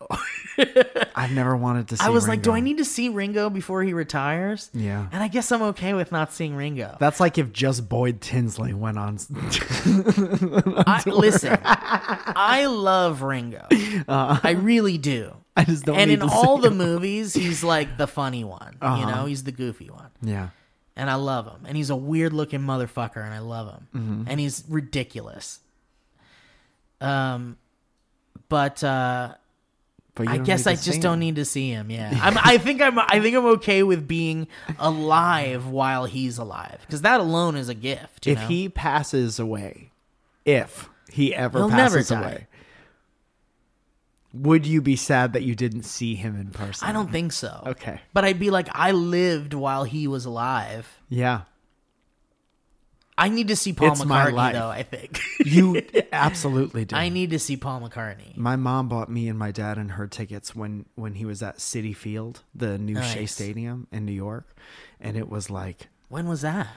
Speaker 6: I've never wanted to see
Speaker 4: I was like, do
Speaker 6: Ringo.
Speaker 4: I need to see Ringo before he retires?
Speaker 6: Yeah.
Speaker 4: And I guess I'm okay with not seeing Ringo.
Speaker 6: That's like if just Boyd Tinsley went on. s-
Speaker 4: I, listen, I love Ringo. I really do.
Speaker 6: Uh-huh. I just don't
Speaker 4: and
Speaker 6: need
Speaker 4: in
Speaker 6: to see
Speaker 4: all the
Speaker 6: him. Uh-huh.
Speaker 4: movies, he's like the funny one. You know, he's the goofy one.
Speaker 6: Yeah.
Speaker 4: And I love him. And he's a weird looking motherfucker, and I love him.
Speaker 6: Mm-hmm.
Speaker 4: And he's ridiculous. Um, but uh,
Speaker 6: But you
Speaker 4: I
Speaker 6: don't
Speaker 4: guess
Speaker 6: need
Speaker 4: I
Speaker 6: to see
Speaker 4: just
Speaker 6: him.
Speaker 4: don't need to see him. Yeah, I'm, I think I'm. I think I'm okay with being alive while he's alive, because that alone is a gift. you
Speaker 6: If
Speaker 4: know?
Speaker 6: he passes away, if he ever
Speaker 4: He'll never
Speaker 6: passes
Speaker 4: die.
Speaker 6: away, would you be sad that you didn't see him in person?
Speaker 4: I don't think so.
Speaker 6: Okay.
Speaker 4: But I'd be like, I lived while he was alive.
Speaker 6: Yeah.
Speaker 4: I need to see Paul
Speaker 6: It's my
Speaker 4: McCartney,
Speaker 6: life.
Speaker 4: though, I think.
Speaker 6: You absolutely do.
Speaker 4: I need to see Paul McCartney.
Speaker 6: My mom bought me and my dad and her tickets when when he was at City Field, the new Shea
Speaker 4: Nice.
Speaker 6: Stadium in New York, and it was like
Speaker 4: When was that?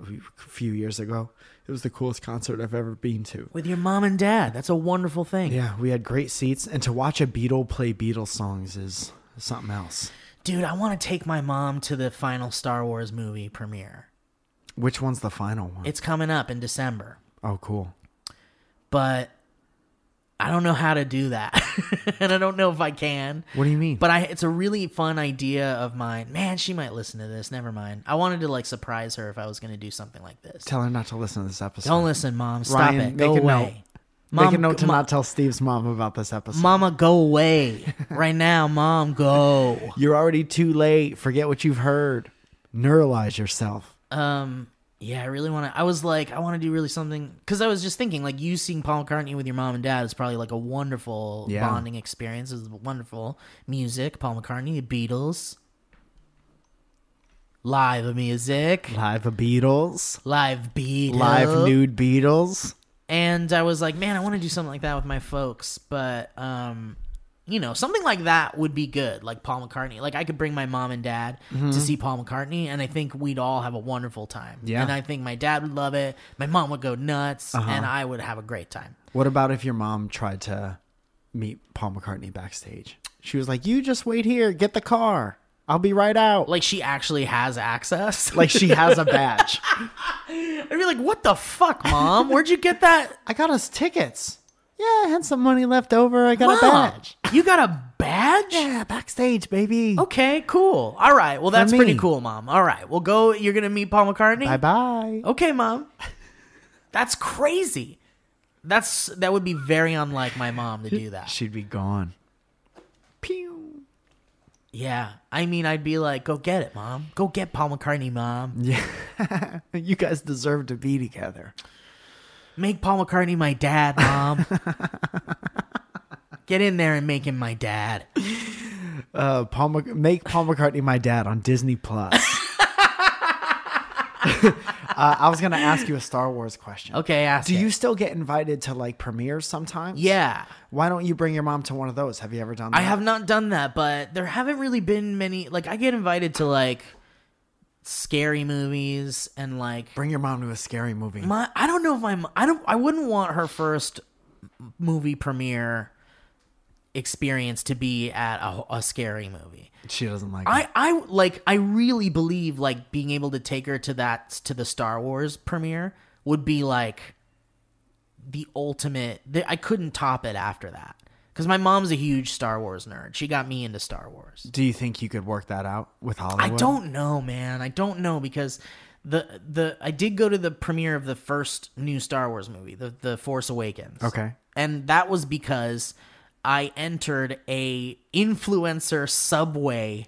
Speaker 6: a few years ago. It was the coolest concert I've ever been to.
Speaker 4: With your mom and dad. That's a wonderful thing.
Speaker 6: Yeah, we had great seats, and to watch a Beatle play Beatles songs is something else.
Speaker 4: Dude, I want to take my mom to the final Star Wars movie premiere.
Speaker 6: Which one's the final one?
Speaker 4: It's coming up in December,
Speaker 6: oh, cool.
Speaker 4: but I don't know how to do that. and I don't know if I can.
Speaker 6: What do you mean?
Speaker 4: But I, it's a really fun idea of mine. Man, she might listen to this. Never mind. I wanted to like surprise her if I was going to do something like this.
Speaker 6: Tell her not to listen to this episode.
Speaker 4: Don't listen, mom. Stop
Speaker 6: Ryan,
Speaker 4: it.
Speaker 6: make
Speaker 4: Go
Speaker 6: a
Speaker 4: away.
Speaker 6: Make a
Speaker 4: Mom,
Speaker 6: note to
Speaker 4: ma-
Speaker 6: not tell Steve's mom about this episode.
Speaker 4: Mama, go away right now, mom. Go.
Speaker 6: You're already too late. Forget what you've heard. Neuralize yourself.
Speaker 4: Um, yeah, I really want to. I was like, I want to do really something because I was just thinking, like, you seeing Paul McCartney with your mom and dad is probably like a wonderful
Speaker 6: Yeah.
Speaker 4: bonding experience. It's wonderful music, Paul McCartney, the Beatles, live music,
Speaker 6: Live a Beatles.
Speaker 4: live Beatles,
Speaker 6: Live nude Beatles.
Speaker 4: and I was like, man, I want to do something like that with my folks, but um, you know, something like that would be good, like Paul McCartney. Like I could bring my mom and dad
Speaker 6: Mm-hmm.
Speaker 4: to see Paul McCartney, and I think we'd all have a wonderful time.
Speaker 6: Yeah.
Speaker 4: and
Speaker 6: Uh-huh.
Speaker 4: I think my dad would love it. My mom would go nuts, and I would have a great time.
Speaker 6: What about if your mom tried to meet Paul McCartney backstage? She was like, "You just wait here. Get the car. I'll be right out."
Speaker 4: Like she actually has access.
Speaker 6: Like she has a badge.
Speaker 4: I'd be like, what the fuck, mom? Where'd you get that?
Speaker 6: I got us tickets. Yeah, I had some money left over. I got a
Speaker 4: Mom,
Speaker 6: badge.
Speaker 4: you got a badge?
Speaker 6: Yeah, backstage, baby.
Speaker 4: Okay, cool. All right. Well, that's pretty
Speaker 6: me.
Speaker 4: cool, mom. All right. Well, go. You're gonna meet Paul McCartney.
Speaker 6: Bye bye.
Speaker 4: Okay, mom. That's crazy. That's that would be very unlike my mom to do that.
Speaker 6: She'd be gone. Pew.
Speaker 4: Yeah. I mean, I'd be like, "Go get it, mom. Go get Paul McCartney, mom.
Speaker 6: You guys deserve to be together.
Speaker 4: Make Paul McCartney my dad, mom. get in there and make him my dad."
Speaker 6: Uh, Paul Mc- make Paul McCartney my dad on Disney Plus. uh, I was gonna ask you a Star Wars question.
Speaker 4: Okay, ask.
Speaker 6: Do
Speaker 4: it.
Speaker 6: you still get invited to like premieres sometimes?
Speaker 4: Yeah.
Speaker 6: Why don't you bring your mom to one of those? Have you ever done that?
Speaker 4: I have not done that, but there haven't really been many like I get invited to like scary movies and like
Speaker 6: Bring your mom to a scary movie.
Speaker 4: My, I don't know if my, mo- I don't, I wouldn't want her first m- movie premiere experience to be at a, a scary movie.
Speaker 6: she doesn't like it.
Speaker 4: I, I like, I really believe like being able to take her to that to the Star Wars premiere would be like the ultimate. th I couldn't top it after that because my mom's a huge Star Wars nerd. She got me into Star Wars.
Speaker 6: Do you think you could work that out with Hollywood?
Speaker 4: I don't know, man. I don't know because the the I did go to the premiere of the first new Star Wars movie, the the Force Awakens.
Speaker 6: Okay.
Speaker 4: and that was because I entered a influencer subway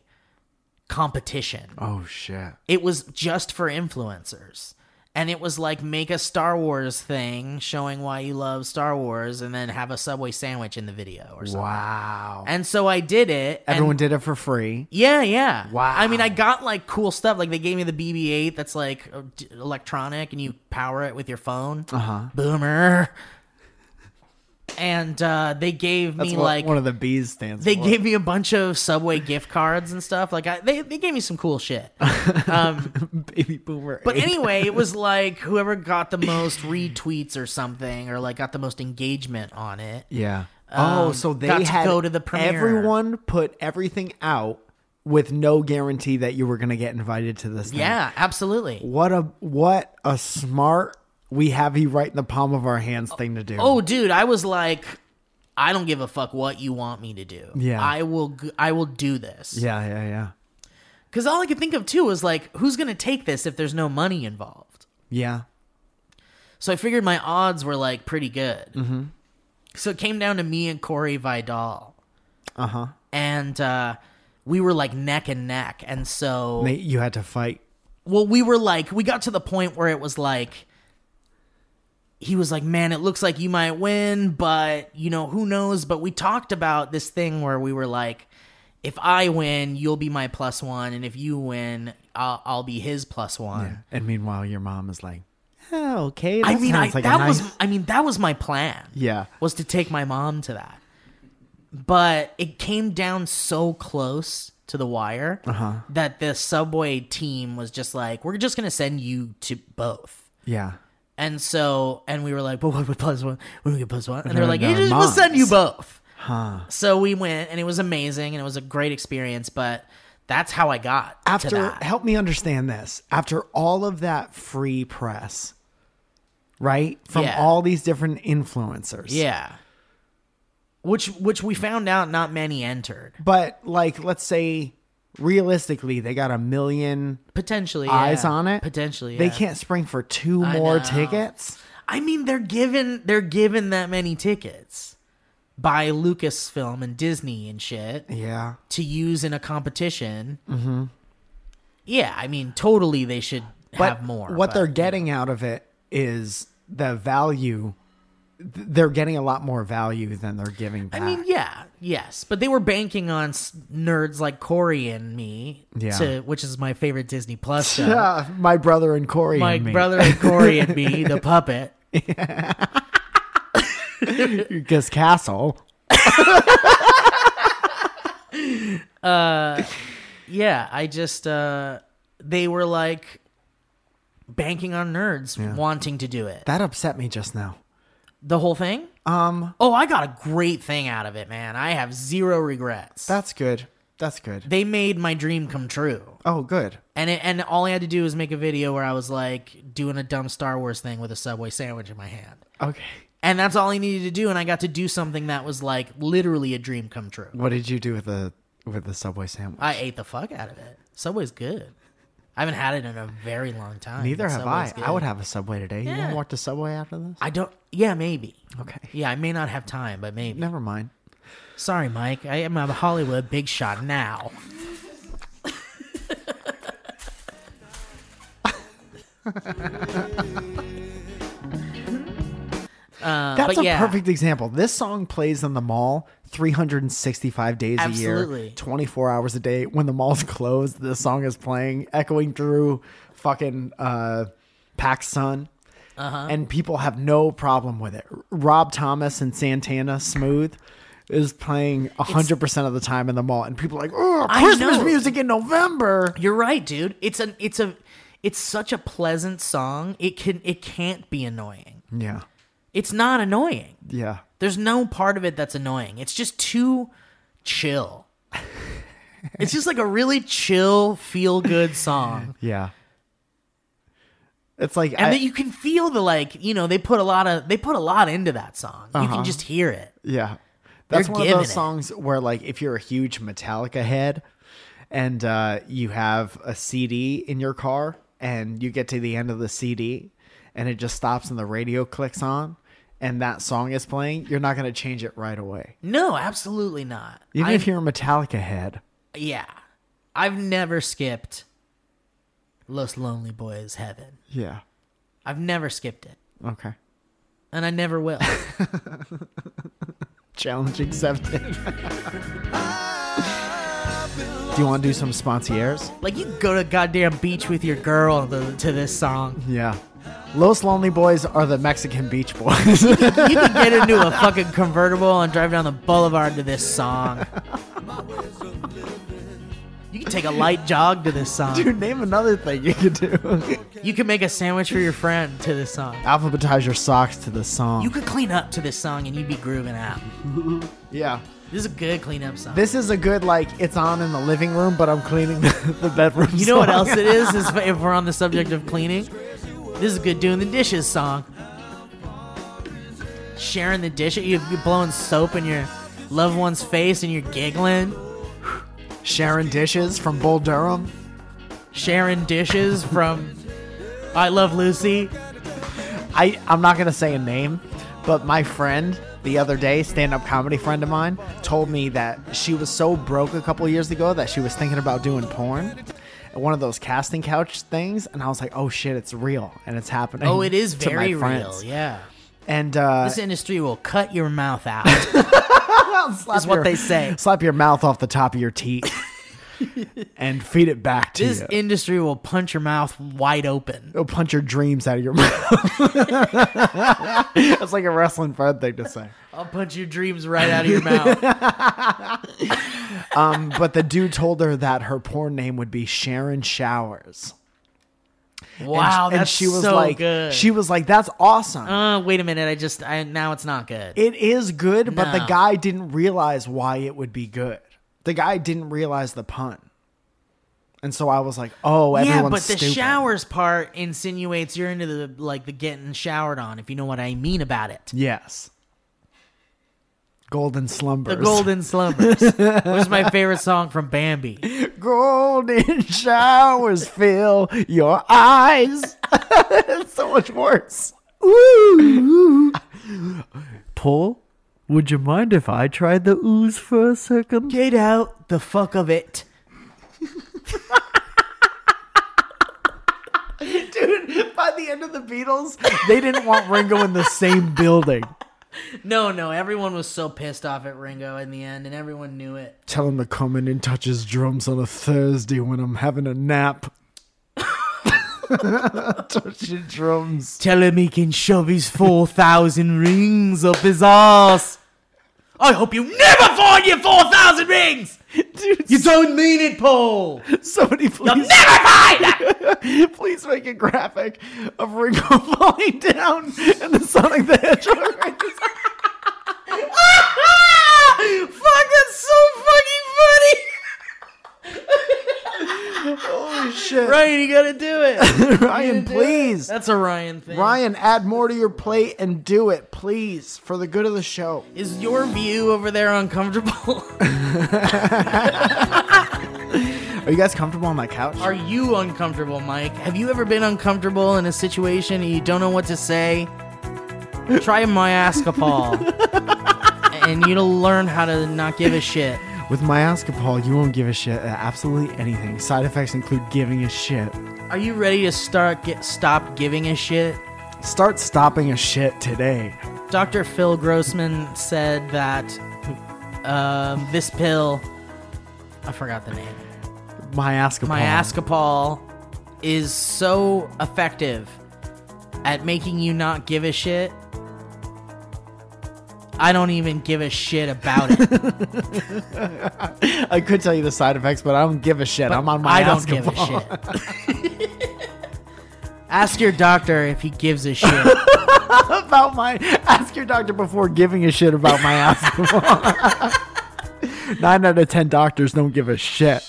Speaker 4: competition.
Speaker 6: Oh shit.
Speaker 4: It was just for influencers. And it was like make a Star Wars thing showing why you love Star Wars and then have a Subway sandwich in the video or something.
Speaker 6: Wow.
Speaker 4: And so I did it. and-
Speaker 6: Everyone did it for free.
Speaker 4: yeah, yeah.
Speaker 6: Wow.
Speaker 4: I mean, I got like cool stuff. Like they gave me the BB-8 that's like uh, d-
Speaker 6: Uh-huh.
Speaker 4: electronic, and you power it with your phone. Uh huh. Boomer. and uh, they gave
Speaker 6: That's
Speaker 4: me
Speaker 6: what
Speaker 4: like
Speaker 6: one of the B's stands
Speaker 4: they
Speaker 6: for.
Speaker 4: gave me a bunch of Subway gift cards and stuff. Like I, they they gave me some cool shit. Um,
Speaker 6: Baby Boomer.
Speaker 4: but
Speaker 6: eight.
Speaker 4: anyway, it was like whoever got the most retweets or something, or like got the most engagement on it.
Speaker 6: Yeah. oh,
Speaker 4: Um,
Speaker 6: so they
Speaker 4: got to
Speaker 6: had
Speaker 4: go to the premiere.
Speaker 6: Everyone put everything out with no guarantee that you were going to get invited to this. thing.
Speaker 4: Yeah, absolutely.
Speaker 6: What a what a smart we have you right in the palm of our hands thing to do.
Speaker 4: Oh, dude, I was like, I don't give a fuck what you want me to do.
Speaker 6: Yeah.
Speaker 4: I will. g- I will do this.
Speaker 6: yeah, yeah, yeah,
Speaker 4: Because all I could think of too was like, who's gonna take this if there's no money involved?
Speaker 6: yeah.
Speaker 4: So I figured my odds were like pretty good. Mm-hmm. So it came down to me and Corey Vidal.
Speaker 6: Uh-huh.
Speaker 4: Uh huh. And uh, we were like neck and neck. And so,
Speaker 6: They- you had to fight.
Speaker 4: well, we were like, we got to the point where it was like, he was like, man, it looks like you might win, but you know, who knows? But we talked about this thing where we were like, if I win, you'll be my plus one. And if you win, I'll, I'll be his plus one.
Speaker 6: And meanwhile, your mom is like, oh, "Okay."
Speaker 4: I
Speaker 6: that
Speaker 4: mean, I,
Speaker 6: sounds like a
Speaker 4: that
Speaker 6: nice-
Speaker 4: was I mean that was my plan.
Speaker 6: Yeah.
Speaker 4: was to take my mom to that, but it came down so close to the wire
Speaker 6: Uh-huh.
Speaker 4: that the subway team was just like, "We're just gonna send you to both."
Speaker 6: yeah.
Speaker 4: And so, and we were like, "But what would plus one? What would plus one?" And they were
Speaker 6: they're
Speaker 4: like,
Speaker 6: their
Speaker 4: "Yeah, just, "We'll send you
Speaker 6: moms."
Speaker 4: both." So we went, and it was amazing, and it was a great experience. But that's how I got to
Speaker 6: After
Speaker 4: that.
Speaker 6: help me understand this. After all of that free press, right? From
Speaker 4: Yeah.
Speaker 6: all these different influencers.
Speaker 4: yeah. Which which we found out not many entered.
Speaker 6: But like, let's say realistically, they got a million
Speaker 4: potentially
Speaker 6: eyes
Speaker 4: yeah.
Speaker 6: on it.
Speaker 4: potentially
Speaker 6: they
Speaker 4: yeah.
Speaker 6: can't spring for two
Speaker 4: I
Speaker 6: more
Speaker 4: know.
Speaker 6: tickets.
Speaker 4: i mean they're given they're given that many tickets by lucasfilm and disney and shit
Speaker 6: Yeah,
Speaker 4: to use in a competition mm-hmm. yeah i mean totally they should have more
Speaker 6: What
Speaker 4: but-
Speaker 6: they're getting out of it is the value. th- They're getting a lot more value than they're giving
Speaker 4: I
Speaker 6: back.
Speaker 4: mean, yeah, yes, but they were banking on s- nerds like Corey and me,
Speaker 6: Yeah.
Speaker 4: to, which is my favorite Disney Plus show.
Speaker 6: yeah, Uh, my brother and Corey.
Speaker 4: my
Speaker 6: and me.
Speaker 4: brother and Corey and me, the puppet.
Speaker 6: because Castle.
Speaker 4: yeah, I just uh they were like banking on nerds wanting to do it.
Speaker 6: That upset me just now.
Speaker 4: the whole thing? Um Oh, I got a great thing out of it, man. I have zero regrets.
Speaker 6: That's good. That's good.
Speaker 4: they made my dream come true.
Speaker 6: Oh, good.
Speaker 4: And it, and all I had to do was make a video where I was like doing a dumb Star Wars thing with a Subway sandwich in my hand.
Speaker 6: Okay.
Speaker 4: And that's all I needed to do and I got to do something that was like literally a dream come true.
Speaker 6: What did you do with the with the Subway sandwich?
Speaker 4: I ate the fuck out of it. Subway's good. I haven't had it in a very long time.
Speaker 6: Neither
Speaker 4: but
Speaker 6: have
Speaker 4: Subway's
Speaker 6: I. I
Speaker 4: good.
Speaker 6: would have a Subway today. You want
Speaker 4: Yeah.
Speaker 6: to walk to Subway after this?
Speaker 4: I don't. Yeah, maybe.
Speaker 6: Okay.
Speaker 4: Yeah, I may not have time, but maybe.
Speaker 6: Never mind.
Speaker 4: Sorry, Mike. I am a Hollywood big shot now. Uh,
Speaker 6: That's
Speaker 4: but
Speaker 6: a
Speaker 4: yeah,
Speaker 6: perfect example. This song plays in the mall 365 days a
Speaker 4: Absolutely.
Speaker 6: year, 24 hours a day. When the mall's closed, this song is playing, echoing through fucking uh, Pac Sun.
Speaker 4: Uh-huh.
Speaker 6: And people have no problem with it. Rob Thomas and Santana Smooth is playing 100% of the time in the mall. And people are like, oh,
Speaker 4: I
Speaker 6: Christmas
Speaker 4: know.
Speaker 6: music in November.
Speaker 4: You're right, dude. It's an it's a it's such a pleasant song. It can it can't be annoying.
Speaker 6: Yeah.
Speaker 4: It's not annoying.
Speaker 6: Yeah.
Speaker 4: There's no part of it that's annoying. It's just too chill. it's just like a really chill, feel good song.
Speaker 6: Yeah. It's like,
Speaker 4: And
Speaker 6: I-
Speaker 4: that you can feel the like, you know, they put a lot of they put a lot into that song. You
Speaker 6: Uh-huh.
Speaker 4: can just hear it.
Speaker 6: Yeah. That's
Speaker 4: They're
Speaker 6: one of
Speaker 4: giving
Speaker 6: those
Speaker 4: it.
Speaker 6: songs where like if you're a huge Metallica head and uh, you have a CD in your car and you get to the end of the CD and it just stops and the radio clicks on and that song is playing, you're not going to change it right away.
Speaker 4: No, absolutely not.
Speaker 6: Even
Speaker 4: I-
Speaker 6: if you're a Metallica head.
Speaker 4: yeah. I've never skipped Los Lonely Boys Heaven.
Speaker 6: Yeah.
Speaker 4: I've never skipped it.
Speaker 6: Okay.
Speaker 4: And I never will.
Speaker 6: Challenge accepted. do you want to do some sponsors?
Speaker 4: like you can go to a goddamn beach with your girl to, to this song.
Speaker 6: Yeah. Los Lonely Boys are the Mexican Beach Boys.
Speaker 4: You could get into a fucking convertible and drive down the boulevard to this song. You can take a light jog to this song.
Speaker 6: Dude, name another thing you could do.
Speaker 4: You could make a sandwich for your friend to this song.
Speaker 6: Alphabetize your socks to the song.
Speaker 4: You could clean up to this song and you'd be grooving out.
Speaker 6: yeah.
Speaker 4: This is a good cleanup song.
Speaker 6: This is a good like it's on in the living room, but I'm cleaning the, the bedroom.
Speaker 4: you know what
Speaker 6: song.
Speaker 4: else it is? is if we're on the subject of cleaning, this is a good doing the dishes song. Sharing the dishes, you- you're blowing soap in your loved one's face and you're giggling.
Speaker 6: Sharon dishes from Bull Durham.
Speaker 4: Sharing dishes from I Love Lucy.
Speaker 6: I I'm not gonna say a name, but my friend the other day, stand-up comedy friend of mine, told me that she was so broke a couple years ago that she was thinking about doing porn. One of those casting couch things, and I was like, "Oh shit, it's real and it's happening."
Speaker 4: Oh, it is
Speaker 6: to my
Speaker 4: very real.
Speaker 6: friends.
Speaker 4: Yeah.
Speaker 6: And uh,
Speaker 4: This industry will cut your mouth out.
Speaker 6: slap
Speaker 4: is what they say.
Speaker 6: Slap your mouth off the top of your teeth and feed it back to
Speaker 4: This
Speaker 6: you.
Speaker 4: industry will punch your mouth wide open.
Speaker 6: It'll punch your dreams out of your mouth. That's like a wrestling friend thing to say.
Speaker 4: I'll punch your dreams right out of your mouth.
Speaker 6: But the dude told her that her porn name would be Sharon Showers. And sh-
Speaker 4: Wow,
Speaker 6: and,
Speaker 4: that's
Speaker 6: she was
Speaker 4: so
Speaker 6: like,
Speaker 4: good.
Speaker 6: she was like, that's awesome.
Speaker 4: uh, wait a minute. I just I now it's not good.
Speaker 6: It is good, but the
Speaker 4: No.
Speaker 6: guy didn't realize why it would be good. The guy didn't realize the pun. And so I was like, oh, everyone's
Speaker 4: yeah, but the
Speaker 6: stupid.
Speaker 4: showers part insinuates you're into the like the getting showered on, if you know what I mean about it.
Speaker 6: Yes. Golden
Speaker 4: The
Speaker 6: slumbers.
Speaker 4: Golden Slumbers, which is my favorite song from Bambi.
Speaker 6: golden showers fill your eyes. it's so much worse. Ooh. Paul, would you mind if I tried the ooze for a second?
Speaker 4: Get out the fuck of it.
Speaker 6: Dude, by the end of the Beatles, they didn't want Ringo in the same building.
Speaker 4: No, no, everyone was so pissed off at Ringo in the end, and everyone knew it.
Speaker 6: Tell him to come in and touch his drums on a Thursday when I'm having a nap. touch your drums.
Speaker 4: Tell him he can shove his 4,000 rings up his ass. I hope you never find your 4,000 rings!
Speaker 6: Dude,
Speaker 4: You don't mean it, Paul!
Speaker 6: somebody please.
Speaker 4: You'll never find them!
Speaker 6: Please make a graphic of Ringo falling down and the Sonic the Hedgehog.
Speaker 4: Fuck, that's so fucking funny!
Speaker 6: Holy shit.
Speaker 4: Ryan, you gotta do it.
Speaker 6: Ryan, please.
Speaker 4: That's a Ryan thing.
Speaker 6: Ryan, add more to your plate and do it, please, for the good of the show.
Speaker 4: Is your view over there uncomfortable?
Speaker 6: Are you guys comfortable on that couch?
Speaker 4: Are you uncomfortable, Mike? Have you ever been uncomfortable in a situation and you don't know what to say? Try my askapal. and you'll learn how to not give a shit.
Speaker 6: With my Ascapol, you won't give a shit at absolutely anything. Side effects include giving a shit.
Speaker 4: Are you ready to start get stop giving a shit?
Speaker 6: Start stopping a shit today.
Speaker 4: Dr. Phil Grossman said that um, this pill I forgot the name.
Speaker 6: My Ascapol.
Speaker 4: My Ascapol is so effective at making you not give a shit. I don't even give a shit about it. But
Speaker 6: I could tell you the side effects, but I don't give a shit. I'm on my
Speaker 4: I don't give a
Speaker 6: Ascapol.
Speaker 4: shit. Ask your doctor if he gives a shit.
Speaker 6: about my ask your doctor before giving a shit about my asthma. Nine out of ten doctors don't give a shit.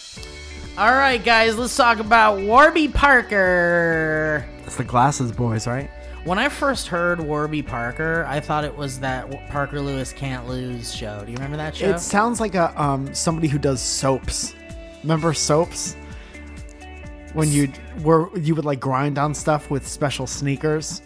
Speaker 4: All right, guys, let's talk about Warby Parker.
Speaker 6: It's the glasses boys, right?
Speaker 4: When I first heard Warby Parker, I thought it was that W- Parker Lewis Can't Lose show. Do you remember that show?
Speaker 6: It sounds like a um somebody who does soaps. Remember soaps? When you were you would like grind on stuff with special sneakers.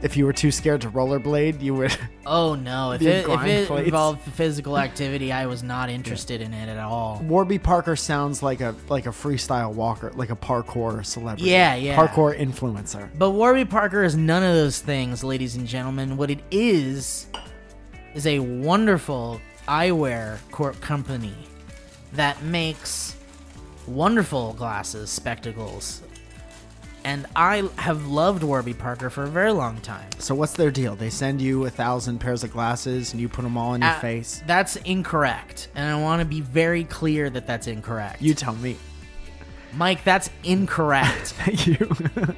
Speaker 6: If you were too scared to rollerblade, you would.
Speaker 4: Oh no! If
Speaker 6: The
Speaker 4: it, if
Speaker 6: grind
Speaker 4: it
Speaker 6: plates.
Speaker 4: involved physical activity, I was not interested in it at all.
Speaker 6: Warby Parker sounds like a like a freestyle walker, like a parkour celebrity.
Speaker 4: Yeah, yeah.
Speaker 6: Parkour influencer.
Speaker 4: But Warby Parker is none of those things, ladies and gentlemen. What it is is a wonderful eyewear corp company that makes wonderful glasses, spectacles, and I have loved Warby Parker for a very long time.
Speaker 3: So what's their deal? They send you a thousand pairs of glasses and you put them all in your
Speaker 4: Uh,
Speaker 3: face.
Speaker 4: That's incorrect, and I want to be very clear that that's incorrect.
Speaker 3: You tell me.
Speaker 4: Mike, that's incorrect.
Speaker 3: you.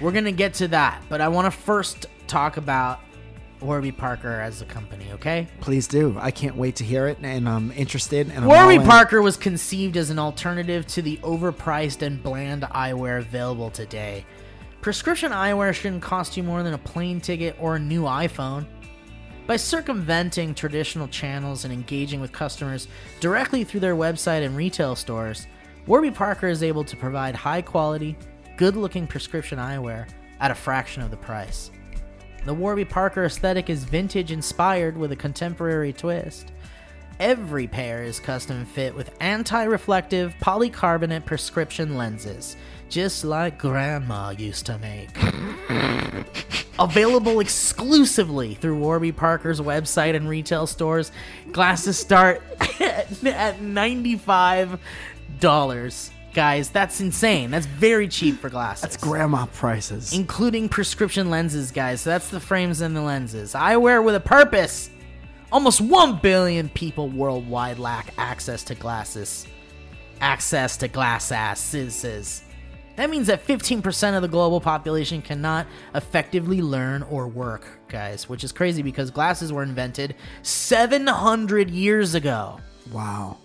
Speaker 4: We're gonna get to that, but I want to first talk about Warby Parker as a company. Okay,
Speaker 3: Please do. I can't wait to hear it, and I'm interested. And I'm all
Speaker 4: Warby
Speaker 3: in.
Speaker 4: Parker was conceived as an alternative to the overpriced and bland eyewear available today. Prescription eyewear shouldn't cost you more than a plane ticket or a new iPhone. By circumventing traditional channels and engaging with customers directly through their website and retail stores, Warby Parker is able to provide high quality, good looking prescription eyewear at a fraction of the price. The Warby Parker aesthetic is vintage inspired with a contemporary twist. Every pair is custom fit with anti reflective polycarbonate prescription lenses, just like Grandma used to make. Available exclusively through Warby Parker's website and retail stores, glasses start at, at $95. Guys, that's insane. That's very cheap for glasses.
Speaker 3: It's grandma prices.
Speaker 4: Including prescription lenses, guys. So that's the frames and the lenses. Eyewear with a purpose. Almost 1 billion people worldwide lack access to glasses. Access to glass asses. That means that 15% of the global population cannot effectively learn or work, guys, which is crazy because glasses were invented 700 years ago.
Speaker 3: wow.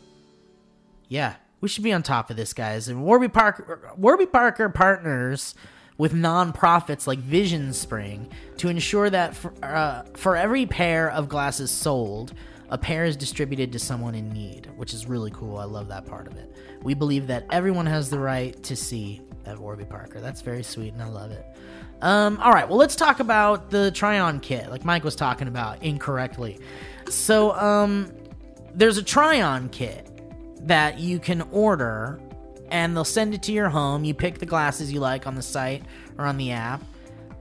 Speaker 4: Yeah, we should be on top of this, guys. And Warby Parker, Warby Parker partners with nonprofits like Vision Spring to ensure that for, uh, for every pair of glasses sold, a pair is distributed to someone in need, which is really cool. I love that part of it. We believe that everyone has the right to see at Warby Parker. That's very sweet, and I love it. Um, all right, well, let's talk about the try on kit, like Mike was talking about incorrectly. So, um, there's a try on kit that you can order and they'll send it to your home. You pick the glasses you like on the site or on the app.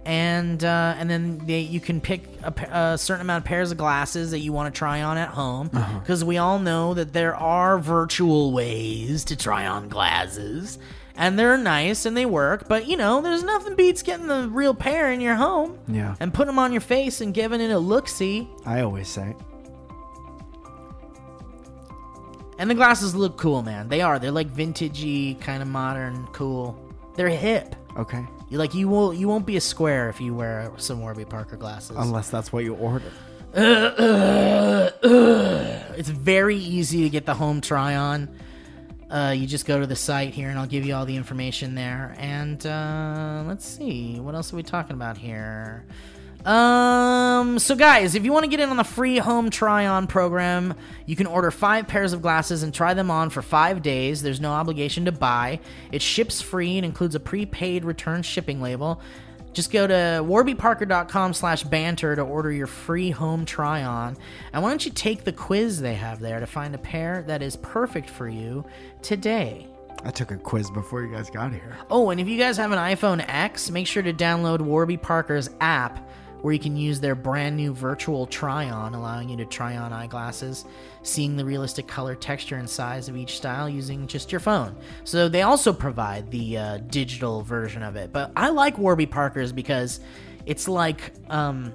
Speaker 4: And uh, and then they, you can pick a, p- a certain amount of pairs of glasses that you want to try on at home because we all know that there are virtual ways to try on glasses and they're nice and they work. But you know, there's nothing beats getting the real pair in your home
Speaker 3: Yeah.
Speaker 4: and putting them on your face and giving it a look see.
Speaker 3: I always say.
Speaker 4: And the glasses look cool, man. They are. They're like vintagey, kind of modern, cool. They're hip.
Speaker 3: Okay.
Speaker 4: You like you will you won't be a square if you wear some Warby Parker glasses.
Speaker 3: Unless that's what you order.
Speaker 4: It's very easy to get the home try on. Uh, you just go to the site here, and I'll give you all the information there. And uh, let's see, what else are we talking about here? Um, so guys, if you want to get in on the free home try on program, you can order five pairs of glasses and try them on for five days. There's no obligation to buy. It ships free and includes a prepaid return shipping label. Just go to warbyparker.com slash banter to order your free home try on. And why don't you take the quiz they have there to find a pair that is perfect for you today?
Speaker 3: I took a quiz before you guys got here.
Speaker 4: Oh, and if you guys have an iPhone X, make sure to download Warby Parker's app where you can use their brand new virtual try on, allowing you to try on eyeglasses, seeing the realistic color, texture, and size of each style using just your phone. So they also provide the uh, digital version of it. But I like Warby Parker's because it's like um,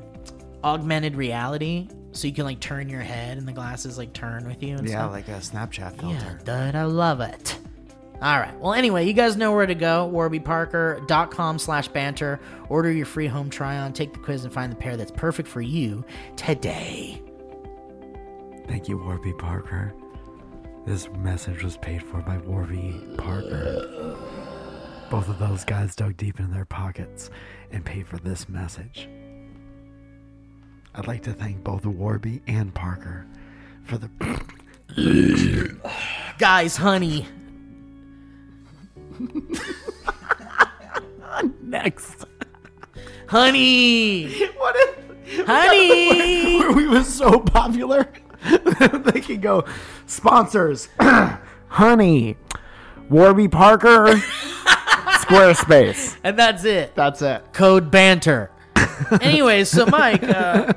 Speaker 4: augmented reality. So you can like turn your head and the glasses like turn with you and
Speaker 3: Yeah,
Speaker 4: stuff.
Speaker 3: like a Snapchat
Speaker 4: Yeah,
Speaker 3: filter.
Speaker 4: dude, I love it. All right. Well, anyway, you guys know where to go. WarbyParker.com slash banter. Order your free home try-on, take the quiz, and find the pair that's perfect for you today.
Speaker 3: Thank you, Warby Parker. This message was paid for by Warby Parker. Both of those guys dug deep in their pockets and paid for this message. I'd like to thank both Warby and Parker for the.
Speaker 4: Guys, honey.
Speaker 3: Next!
Speaker 4: Honey.
Speaker 3: What if.
Speaker 4: Honey.
Speaker 3: We were so popular, they could go, sponsors, honey, Warby Parker, Squarespace.
Speaker 4: and that's it.
Speaker 3: That's it.
Speaker 4: Code banter. Anyway, so Mike, uh,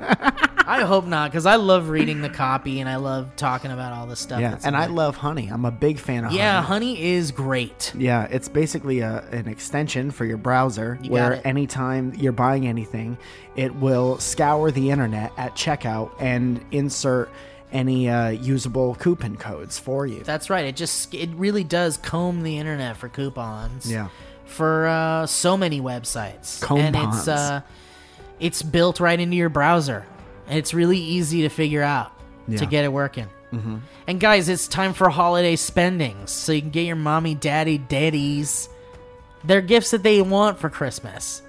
Speaker 4: I hope not, because I love reading the copy and I love talking about all this stuff.
Speaker 3: Yeah,
Speaker 4: that's
Speaker 3: and
Speaker 4: in
Speaker 3: I
Speaker 4: it.
Speaker 3: love honey. I'm a big fan of
Speaker 4: Yeah,
Speaker 3: honey.
Speaker 4: honey is great.
Speaker 3: Yeah, it's basically a, an extension for your browser
Speaker 4: You got
Speaker 3: where
Speaker 4: it.
Speaker 3: anytime you're buying anything, it will scour the internet at checkout and insert any uh, usable coupon codes for you.
Speaker 4: That's right. It just it really does comb the internet for coupons.
Speaker 3: Yeah.
Speaker 4: For uh, so many websites. And
Speaker 3: Coupons.
Speaker 4: it's uh, it's built right into your browser. And it's really easy to figure out
Speaker 3: Yeah.
Speaker 4: to get it working. Mm-hmm. And guys, it's time for holiday spendings. So you can get your mommy, daddy, daddies their gifts that they want for Christmas.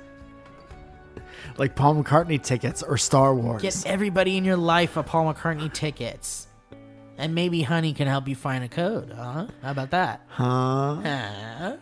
Speaker 3: Like Paul McCartney tickets or Star Wars.
Speaker 4: Get everybody in your life a Paul McCartney tickets. And maybe honey can help you find a code. Uh-huh. How about that?
Speaker 3: Huh?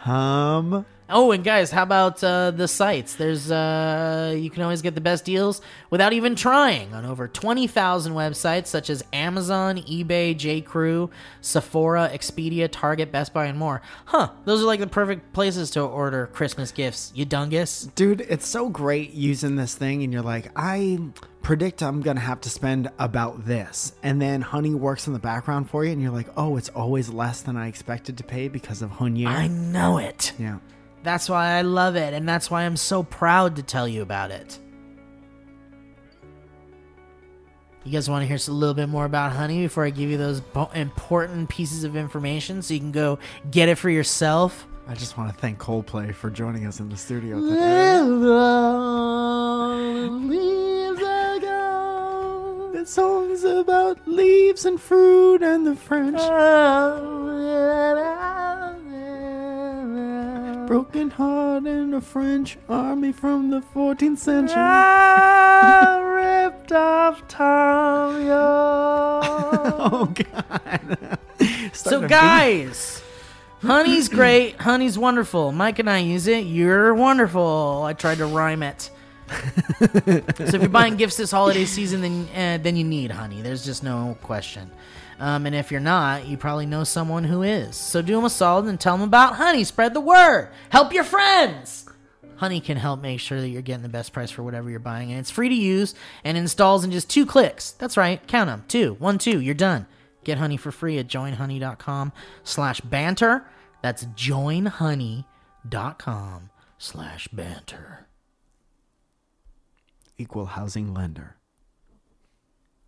Speaker 4: Huh?
Speaker 3: Um.
Speaker 4: Oh, and guys, how about uh, the sites? There's uh, you can always get the best deals without even trying on over twenty thousand websites such as Amazon, eBay, J.Crew, Sephora, Expedia, Target, Best Buy, and more. Huh? Those are like the perfect places to order Christmas gifts. You dungus.
Speaker 3: Dude, it's so great using this thing, and you're like, I predict I'm gonna have to spend about this, and then Honey works in the background for you, and you're like, oh, it's always less than I expected to pay because of Honey.
Speaker 4: I know it.
Speaker 3: yeah.
Speaker 4: That's why I love it, and that's why I'm so proud to tell you about it. You guys want to hear a little bit more about honey before I give you those bo- important pieces of information so you can go get it for yourself?
Speaker 3: I just want to thank Coldplay for joining us in the studio today.
Speaker 4: Leaves ago.
Speaker 3: The song's about leaves and fruit and the French. Oh, Broken heart in the French army from the 14th century.
Speaker 4: ripped off Tom
Speaker 3: oh, God.
Speaker 4: So guys, honey's great. Honey's wonderful. Mike and I use it. You're wonderful. I tried to rhyme it. so if you're buying gifts this holiday season, then uh, then you need honey. There's just no question. Um, and if you're not, you probably know someone who is. So do them a solid and tell them about honey. Spread the word. Help your friends. Honey can help make sure that you're getting the best price for whatever you're buying, and it's free to use and installs in just two clicks. That's right, count them two, one, two. You're done. Get Honey for free at joinhoney.com/banter. That's joinhoney.com/banter.
Speaker 3: Equal housing lender.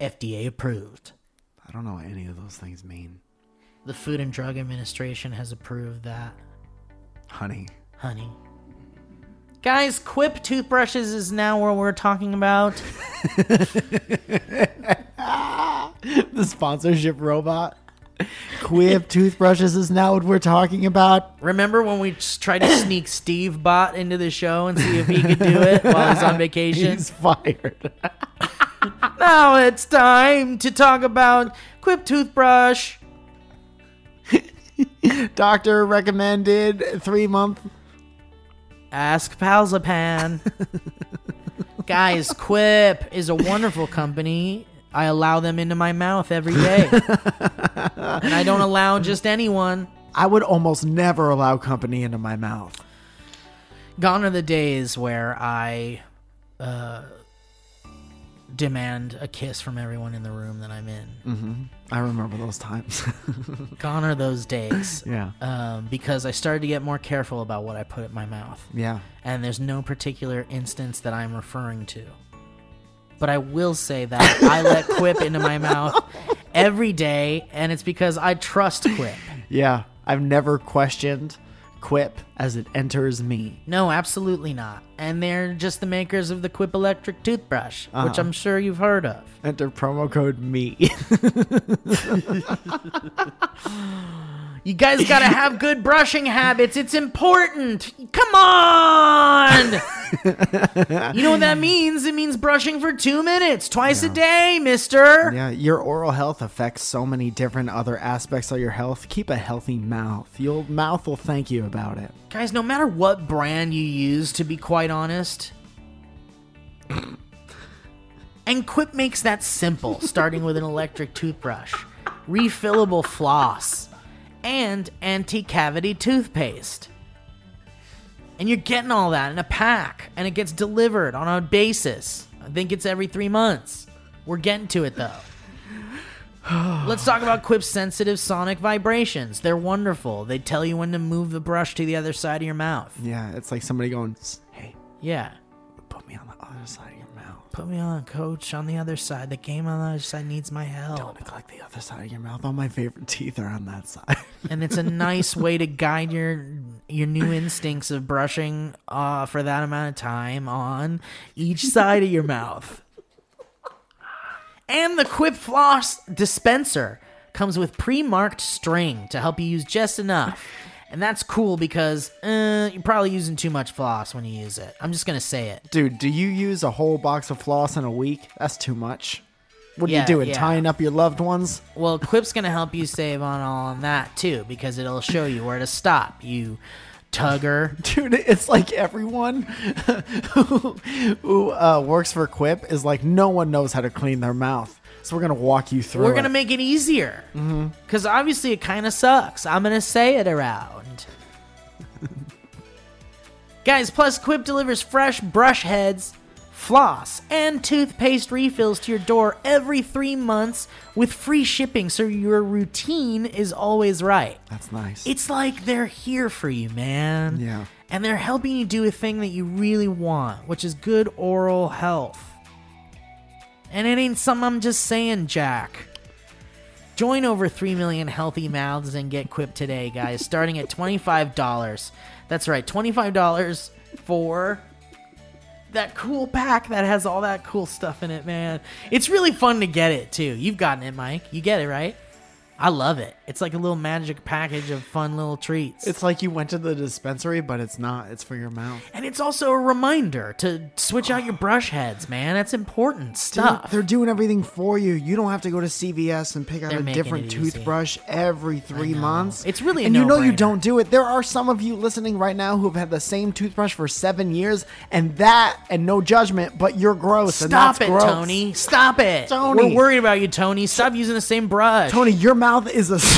Speaker 4: FDA approved.
Speaker 3: I don't know what any of those things mean.
Speaker 4: The Food and Drug Administration has approved that.
Speaker 3: Honey.
Speaker 4: honey. Guys, Quip toothbrushes is now where we're talking about.
Speaker 3: The sponsorship robot. Quip toothbrushes is now what we're talking about.
Speaker 4: Remember when we s- tried to sneak Steve Bot into the show and see if he could do it while he's on vacation?
Speaker 3: He's fired.
Speaker 4: Now it's time to talk about Quip toothbrush.
Speaker 3: Doctor recommended three month.
Speaker 4: Ask Palzapan. Guys, Quip is a wonderful company. I allow them into my mouth every day. and I don't allow just anyone.
Speaker 3: I would almost never allow company into my mouth.
Speaker 4: gone are the days where I uh, demand a kiss from everyone in the room that I'm in.
Speaker 3: I remember those times.
Speaker 4: Gone are those days.
Speaker 3: yeah.
Speaker 4: Um, because I started to get more careful about what I put in my mouth.
Speaker 3: Yeah.
Speaker 4: And there's no particular instance that I'm referring to. But I will say that I let Quip into my mouth every day, and it's because I trust Quip.
Speaker 3: Yeah. I've never questioned Quip as it enters me.
Speaker 4: No, absolutely not. And they're just the makers of the Quip electric toothbrush,
Speaker 3: Uh-huh.
Speaker 4: which I'm sure you've heard of.
Speaker 3: Enter promo code me.
Speaker 4: You guys gotta have good brushing habits. It's important. Come on. you know what that means? It means brushing for two minutes twice a day, mister.
Speaker 3: yeah. Your oral health affects so many different other aspects of your health. Keep a healthy mouth. Your mouth will thank you about it.
Speaker 4: Guys, no matter what brand you use, to be quite honest, and Quip makes that simple, starting with an electric toothbrush, refillable floss, and anti cavity toothpaste. And you're getting all that in a pack, and it gets delivered on a basis. I think it's every three months. We're getting to it though. Let's talk about Quip's sensitive sonic vibrations. They're wonderful. They tell you when to move the brush to the other side of your mouth.
Speaker 6: Yeah, it's like somebody going, "S- "Hey,
Speaker 4: Yeah.
Speaker 6: put me on the other side of your mouth.
Speaker 4: Put me on, coach, on the other side. The game on the other side needs my help.
Speaker 6: Look like the other side of your mouth. All my favorite teeth are on that side."
Speaker 4: and it's a nice way to guide your your new instincts of brushing uh, for that amount of time on each side of your mouth. And the Quip Floss dispenser comes with pre-marked string to help you use just enough. And that's cool because uh, you're probably using too much floss when you use it. I'm just gonna say it.
Speaker 6: Dude, do you use a whole box of floss in a week? That's too much. What are
Speaker 4: Yeah,
Speaker 6: you doing?
Speaker 4: yeah.
Speaker 6: Tying up your loved ones?
Speaker 4: Well, Quip's gonna help you save on all on that too because it'll show you where to stop. You tugger.
Speaker 6: Dude, it's like everyone who, who uh, works for Quip is like, no one knows how to clean their mouth. So we're going to walk you through
Speaker 4: We're gonna
Speaker 6: it.
Speaker 4: make it easier. Because obviously it kind of sucks. I'm gonna say it around. Guys, plus Quip delivers fresh brush heads, floss, and toothpaste refills to your door every three months with free shipping, so your routine is always right.
Speaker 6: That's nice.
Speaker 4: It's like they're here for you, man.
Speaker 6: Yeah.
Speaker 4: And they're helping you do a thing that you really want, which is good oral health. And it ain't something I'm just saying, Jack. Join over 3 million healthy mouths and get Quip today, guys, starting at $25. That's right, $25 for that cool pack that has all that cool stuff in it, man. It's really fun to get it, too. You've gotten it, Mike. You get it, right? I love it. It's like a little magic package of fun little treats.
Speaker 6: It's like you went to the dispensary, but it's not. It's for your mouth.
Speaker 4: and it's also a reminder to switch out your brush heads, man. That's important
Speaker 6: Dude,
Speaker 4: stuff.
Speaker 6: they're doing everything for you. You don't have to go to CVS and pick out
Speaker 4: They're
Speaker 6: a
Speaker 4: making
Speaker 6: different
Speaker 4: it easy.
Speaker 6: toothbrush every three months.
Speaker 4: It's really a
Speaker 6: and you know you
Speaker 4: no-brainer.
Speaker 6: don't do it. There are some of you listening right now who have had the same toothbrush for seven years, and that and no judgment, but you're gross. and
Speaker 4: Stop
Speaker 6: that's
Speaker 4: it,
Speaker 6: gross.
Speaker 4: Tony. Stop it.
Speaker 6: Tony.
Speaker 4: We're worried about you, Tony. Stop using the same brush.
Speaker 6: Tony, your mouth is a sewer.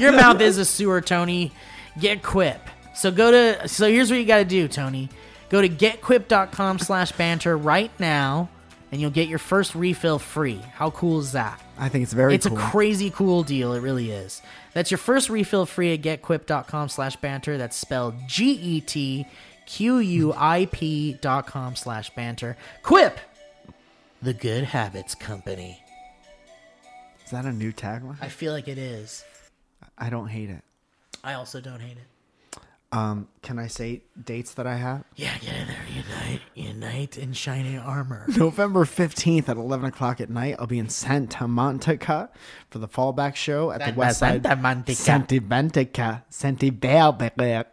Speaker 4: Your mouth is a sewer, Tony. Get Quip. So go to so here's what you gotta do, Tony. Go to getquip.com slash banter right now and you'll get your first refill free. How cool is that?
Speaker 6: I think it's very
Speaker 4: it's
Speaker 6: cool.
Speaker 4: a crazy cool deal. It really is. That's your first refill free at getquip.com slash banter. That's spelled G E T Q U I P dot com slash banter. Quip, the good habits company.
Speaker 6: is that a new tagline?
Speaker 4: I feel like it is.
Speaker 6: I don't hate it.
Speaker 4: I also don't hate it.
Speaker 6: Can I say dates that I have?
Speaker 4: Yeah, get in there. Unite, unite in shining armor.
Speaker 6: November 15th at 11 o'clock at night, I'll be in Santa Monica for the fallback show at the
Speaker 4: Santa-
Speaker 6: West Side.
Speaker 4: Santa Monica.
Speaker 6: Santa Monica. Santa Barbara.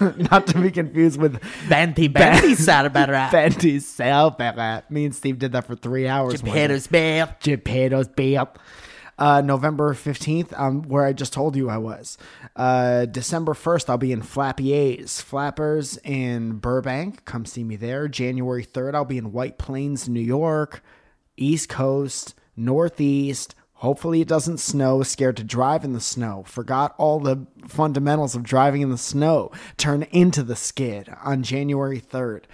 Speaker 6: Not to be confused with
Speaker 4: Banty, banty, sarabara.
Speaker 6: Fenty Salbera. Me and Steve did that for three hours. one day.
Speaker 4: Peter's bear.
Speaker 6: Geppetto's Bill. Uh, November 15th, um, where I just told you I was. Uh, December 1st, I'll be in Flappy A's, Flappers in Burbank. Come see me there. January 3rd, I'll be in White Plains, New York, East Coast, Northeast. Hopefully, it doesn't snow. Scared to drive in the snow. Forgot all the fundamentals of driving in the snow. Turn into the skid on January 3rd.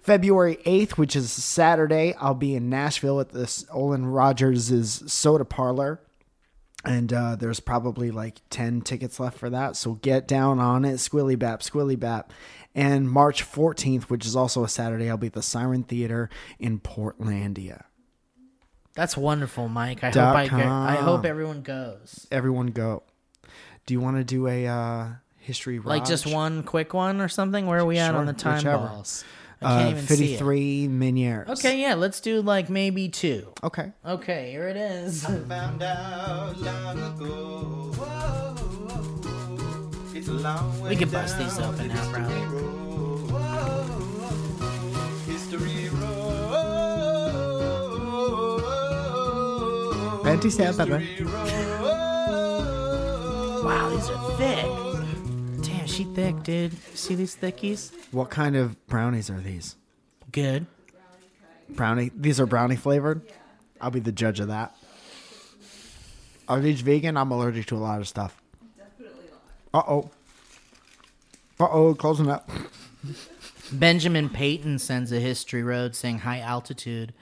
Speaker 6: February 8th, which is Saturday, I'll be in Nashville at this Olin Rogers' soda parlor. And uh, there's probably like 10 tickets left for that. So get down on it. Squilly Bap, Squilly Bap. And March 14th, which is also a Saturday, I'll be at the Siren Theater in Portlandia.
Speaker 4: That's wonderful, Mike. I
Speaker 6: Dot
Speaker 4: hope I, get, I
Speaker 6: com.
Speaker 4: hope everyone goes.
Speaker 6: Everyone go. Do you want to do a uh, history
Speaker 4: Like just
Speaker 6: Raj?
Speaker 4: one quick one or something? Where are we at
Speaker 6: Sure,
Speaker 4: on the time
Speaker 6: whichever.
Speaker 4: balls? I
Speaker 6: Uh,
Speaker 4: can't even see it.
Speaker 6: 53 Meniere.
Speaker 4: Okay, yeah, let's do like maybe two.
Speaker 6: Okay.
Speaker 4: Okay, here it is.
Speaker 7: found out long ago. Whoa, it's a long way
Speaker 4: We can bust
Speaker 7: down
Speaker 4: these open
Speaker 7: the
Speaker 4: now,
Speaker 7: history
Speaker 4: bro.
Speaker 7: road. Whoa, history road.
Speaker 6: Fenty Salbera.
Speaker 7: History road.
Speaker 4: Wow, these are thick. Damn, she thick, dude. See these thickies?
Speaker 6: What kind of brownies are these?
Speaker 4: Good.
Speaker 6: brownie. These are brownie flavored. I'll be the judge of that. Are these vegan? I'm allergic to a lot of stuff. Uh oh. Uh oh, closing up.
Speaker 4: Benjamin Peyton sends a history road saying high altitude,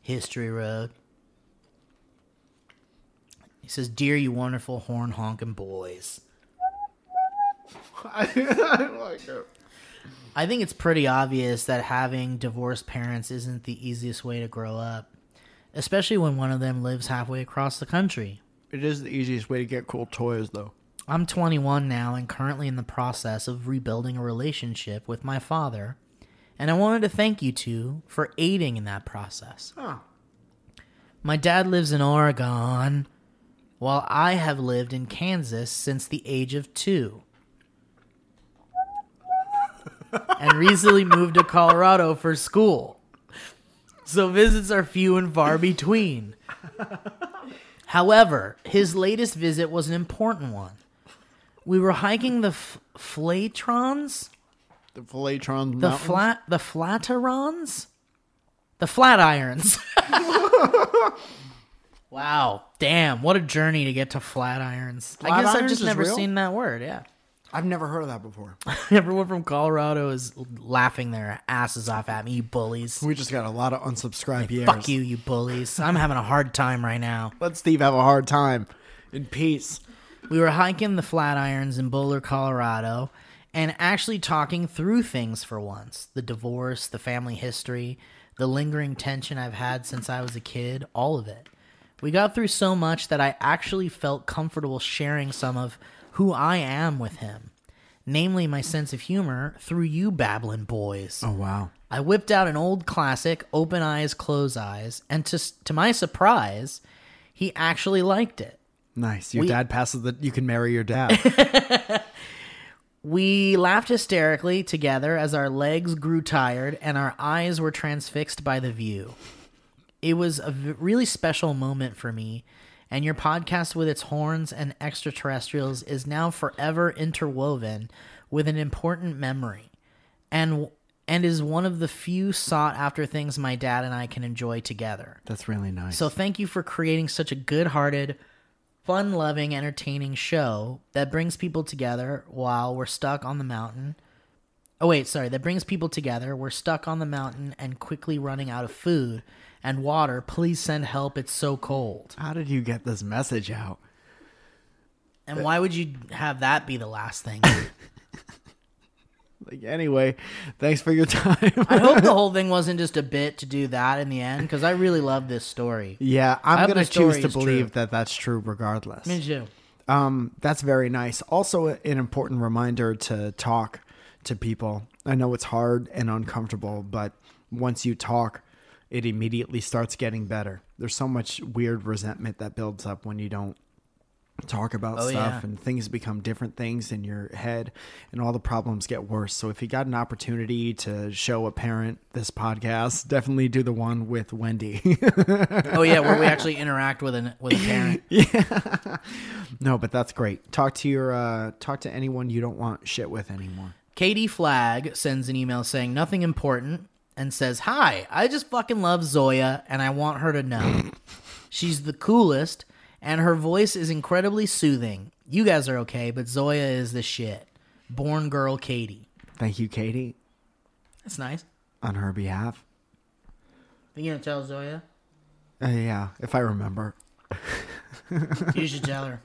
Speaker 4: history road. He says, Dear you wonderful horn honking boys. I think it's pretty obvious that having divorced parents isn't the easiest way to grow up, especially when one of them lives halfway across the country.
Speaker 6: It is the easiest way to get cool toys, though.
Speaker 4: I'm 21 now and currently in the process of rebuilding a relationship with my father, and I wanted to thank you two for aiding in that process. My dad lives in Oregon, while I have lived in Kansas since the age of two. and recently moved to Colorado for school. So visits are few and far between. However, his latest visit was an important one. We were hiking the f- Flatrons,
Speaker 6: The Filetron.
Speaker 4: the
Speaker 6: Mountains.
Speaker 4: flat, the Flatirons, the Flatirons. wow, damn! What a journey to get to Flatirons. I guess I've
Speaker 6: Flatirons
Speaker 4: just
Speaker 6: is
Speaker 4: never
Speaker 6: real?
Speaker 4: seen that word. Yeah,
Speaker 6: I've never heard of that before.
Speaker 4: everyone from Colorado is laughing their asses off at me, you bullies.
Speaker 6: We just got a lot of unsubscribe years.
Speaker 4: Fuck you, you bullies! I'm having a hard time right now.
Speaker 6: Let Steve have a hard time in peace.
Speaker 4: We were hiking the Flatirons in Boulder, Colorado, and actually talking through things for once the divorce, the family history, the lingering tension I've had since I was a kid, all of it. We got through so much that I actually felt comfortable sharing some of who I am with him, namely my sense of humor through you babbling boys.
Speaker 6: Oh, wow.
Speaker 4: I whipped out an old classic, Open Eyes, Close Eyes, and to, s- to my surprise, he actually liked it.
Speaker 6: Nice. Your
Speaker 4: We-
Speaker 6: dad passes the. You can marry your dad.
Speaker 4: We laughed hysterically together as our legs grew tired and our eyes were transfixed by the view. It was a v- really special moment for me, and your podcast with its horns and extraterrestrials is now forever interwoven with an important memory and and is one of the few sought after things my dad and I can enjoy together.
Speaker 6: That's really nice.
Speaker 4: So thank you for creating such a good-hearted, fun-loving, entertaining show that brings people together while we're stuck on the mountain. Oh wait, sorry, that brings people together. We're stuck on the mountain and quickly running out of food and water. Please send help. It's so cold.
Speaker 6: how did you get this message out?
Speaker 4: And why would you have that be the last thing?
Speaker 6: Like anyway, thanks for your time.
Speaker 4: I hope the whole thing wasn't just a bit to do that in the end because I really love this story.
Speaker 6: yeah,
Speaker 4: I
Speaker 6: I'm
Speaker 4: hope
Speaker 6: gonna
Speaker 4: the story
Speaker 6: choose to
Speaker 4: is true.
Speaker 6: believe that that's true, regardless.
Speaker 4: Me too.
Speaker 6: Um, that's very nice. Also, a- an important reminder to talk to people. I know it's hard and uncomfortable, but once you talk, it immediately starts getting better. There's so much weird resentment that builds up when you don't talk about
Speaker 4: Oh,
Speaker 6: stuff
Speaker 4: yeah.
Speaker 6: and things become different things in your head and all the problems get worse. So if you got an opportunity to show a parent this podcast, definitely do the one with Wendy.
Speaker 4: Oh yeah, where we actually interact with an with a parent.
Speaker 6: no, but that's great. Talk to your uh talk to anyone you don't want shit with anymore.
Speaker 4: Katie Flagg sends an email saying nothing important and says, Hi, I just fucking love Zoya and I want her to know. She's the coolest and her voice is incredibly soothing. You guys are okay, but Zoya is the shit. Born girl Katie.
Speaker 6: Thank you, Katie,
Speaker 4: That's nice.
Speaker 6: on her behalf.
Speaker 4: You gonna tell Zoya?
Speaker 6: Uh, yeah, if I remember.
Speaker 4: You should tell her.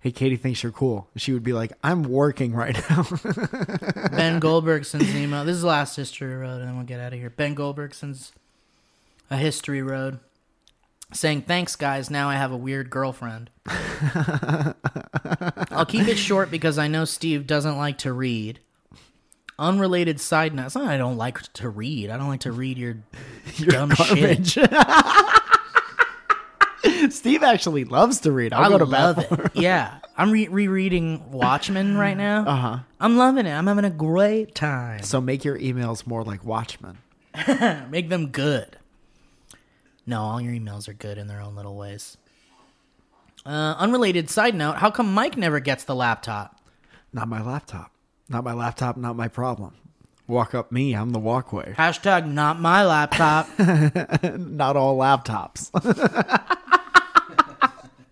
Speaker 6: Hey, Katie thinks you're cool. She would be like, I'm working right now.
Speaker 4: Ben Goldberg sends an email. This is the last history road, and then we'll get out of here. Ben Goldberg sends a history road saying, Thanks, guys. Now I have a weird girlfriend. I'll keep it short because I know Steve doesn't like to read. Unrelated side note. It's not I don't like to read. I don't like to read your, dumb shit.
Speaker 6: Steve actually loves to read. I'll
Speaker 4: I
Speaker 6: go to
Speaker 4: love
Speaker 6: bed.
Speaker 4: it. Yeah, I'm re- rereading Watchmen right now. Uh
Speaker 6: Uh-huh.
Speaker 4: huh. I'm loving it. I'm having a great time.
Speaker 6: So make your emails more like Watchmen.
Speaker 4: Make them good. No, all your emails are good in their own little ways. Uh, unrelated side note: How come Mike never gets the laptop?
Speaker 6: Not my laptop. Not my laptop, not my problem. Walk up me, I'm the walkway.
Speaker 4: Hashtag not my laptop.
Speaker 6: Not all laptops.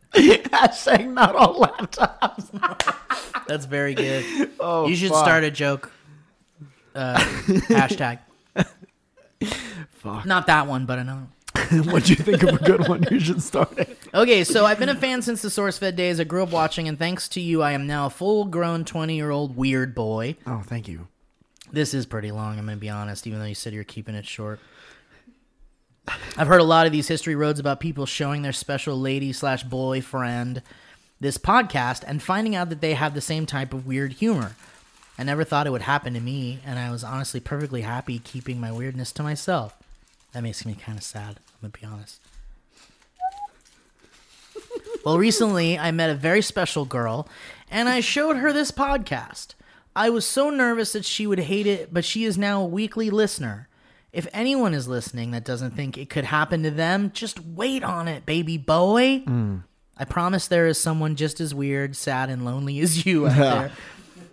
Speaker 6: Hashtag not all laptops.
Speaker 4: That's very good.
Speaker 3: Oh,
Speaker 4: you should
Speaker 3: fuck.
Speaker 4: start a joke uh, hashtag.
Speaker 3: Fuck.
Speaker 4: Not that one, but another one.
Speaker 3: What'd you think of a good one? You should start it.
Speaker 4: Okay, so I've been a fan since the SourceFed days. I grew up watching, and thanks to you, I am now a full grown 20 year old weird boy.
Speaker 3: Oh, thank you.
Speaker 4: This is pretty long, I'm going to be honest, even though you said you're keeping it short. I've heard a lot of these history roads about people showing their special lady slash boyfriend this podcast and finding out that they have the same type of weird humor. I never thought it would happen to me, and I was honestly perfectly happy keeping my weirdness to myself. That makes me kind of sad, I'm going to be honest. Well, recently I met a very special girl and I showed her this podcast. I was so nervous that she would hate it, but she is now a weekly listener. If anyone is listening that doesn't think it could happen to them, just wait on it, baby boy. I promise there is someone just as weird, sad, and lonely as you out there.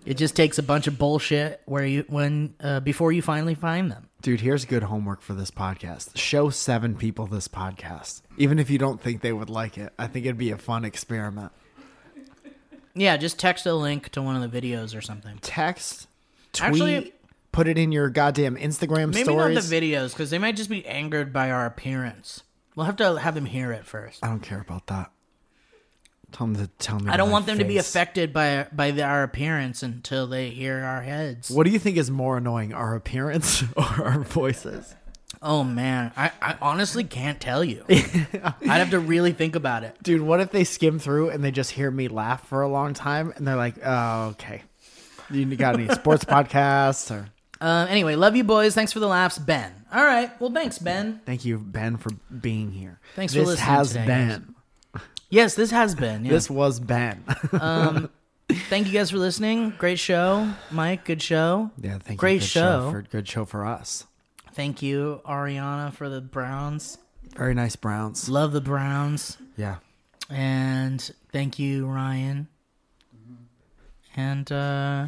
Speaker 4: It just takes a bunch of bullshit where you when uh, before you finally find them.
Speaker 3: Dude, here's good homework for this podcast. Show seven people this podcast. Even if you don't think they would like it, I think it'd be a fun experiment.
Speaker 4: Yeah, just text a link to one of the videos or something.
Speaker 3: Text, tweet,
Speaker 4: Actually-
Speaker 3: put it in your goddamn Instagram
Speaker 4: Maybe
Speaker 3: stories.
Speaker 4: not the videos because they might just be angered by our appearance. We'll have to have them hear it first.
Speaker 3: I don't care about that. Tell them to tell me.
Speaker 4: I don't
Speaker 3: my
Speaker 4: want them to be
Speaker 3: face.
Speaker 4: affected by by the, our appearance until they hear our heads.
Speaker 3: What do you think is more annoying, our appearance or our voices?
Speaker 4: Oh man, I, I honestly can't tell you. I'd have to really think about it.
Speaker 3: Dude, what if they skim through and they just hear me laugh for a long time and they're like, oh, okay. You got any sports podcasts or.
Speaker 4: Uh, anyway, love you boys. Thanks for the laughs, Ben. All right, well, thanks, Ben.
Speaker 3: Thank you, Ben, for being here.
Speaker 4: Thanks for
Speaker 3: this
Speaker 4: listening
Speaker 3: has
Speaker 4: today,
Speaker 3: been.
Speaker 4: guys. Yes, this has been. yeah.
Speaker 3: This was Ben.
Speaker 4: Thank you guys for listening. Great show, Mike. Good show.
Speaker 3: yeah, thank you.
Speaker 4: Great
Speaker 3: Good
Speaker 4: show.
Speaker 3: for good show for us.
Speaker 4: Thank you, Ariana, for the Browns.
Speaker 3: Very nice Browns.
Speaker 4: Love the Browns.
Speaker 3: Yeah.
Speaker 4: And thank you, Ryan. And uh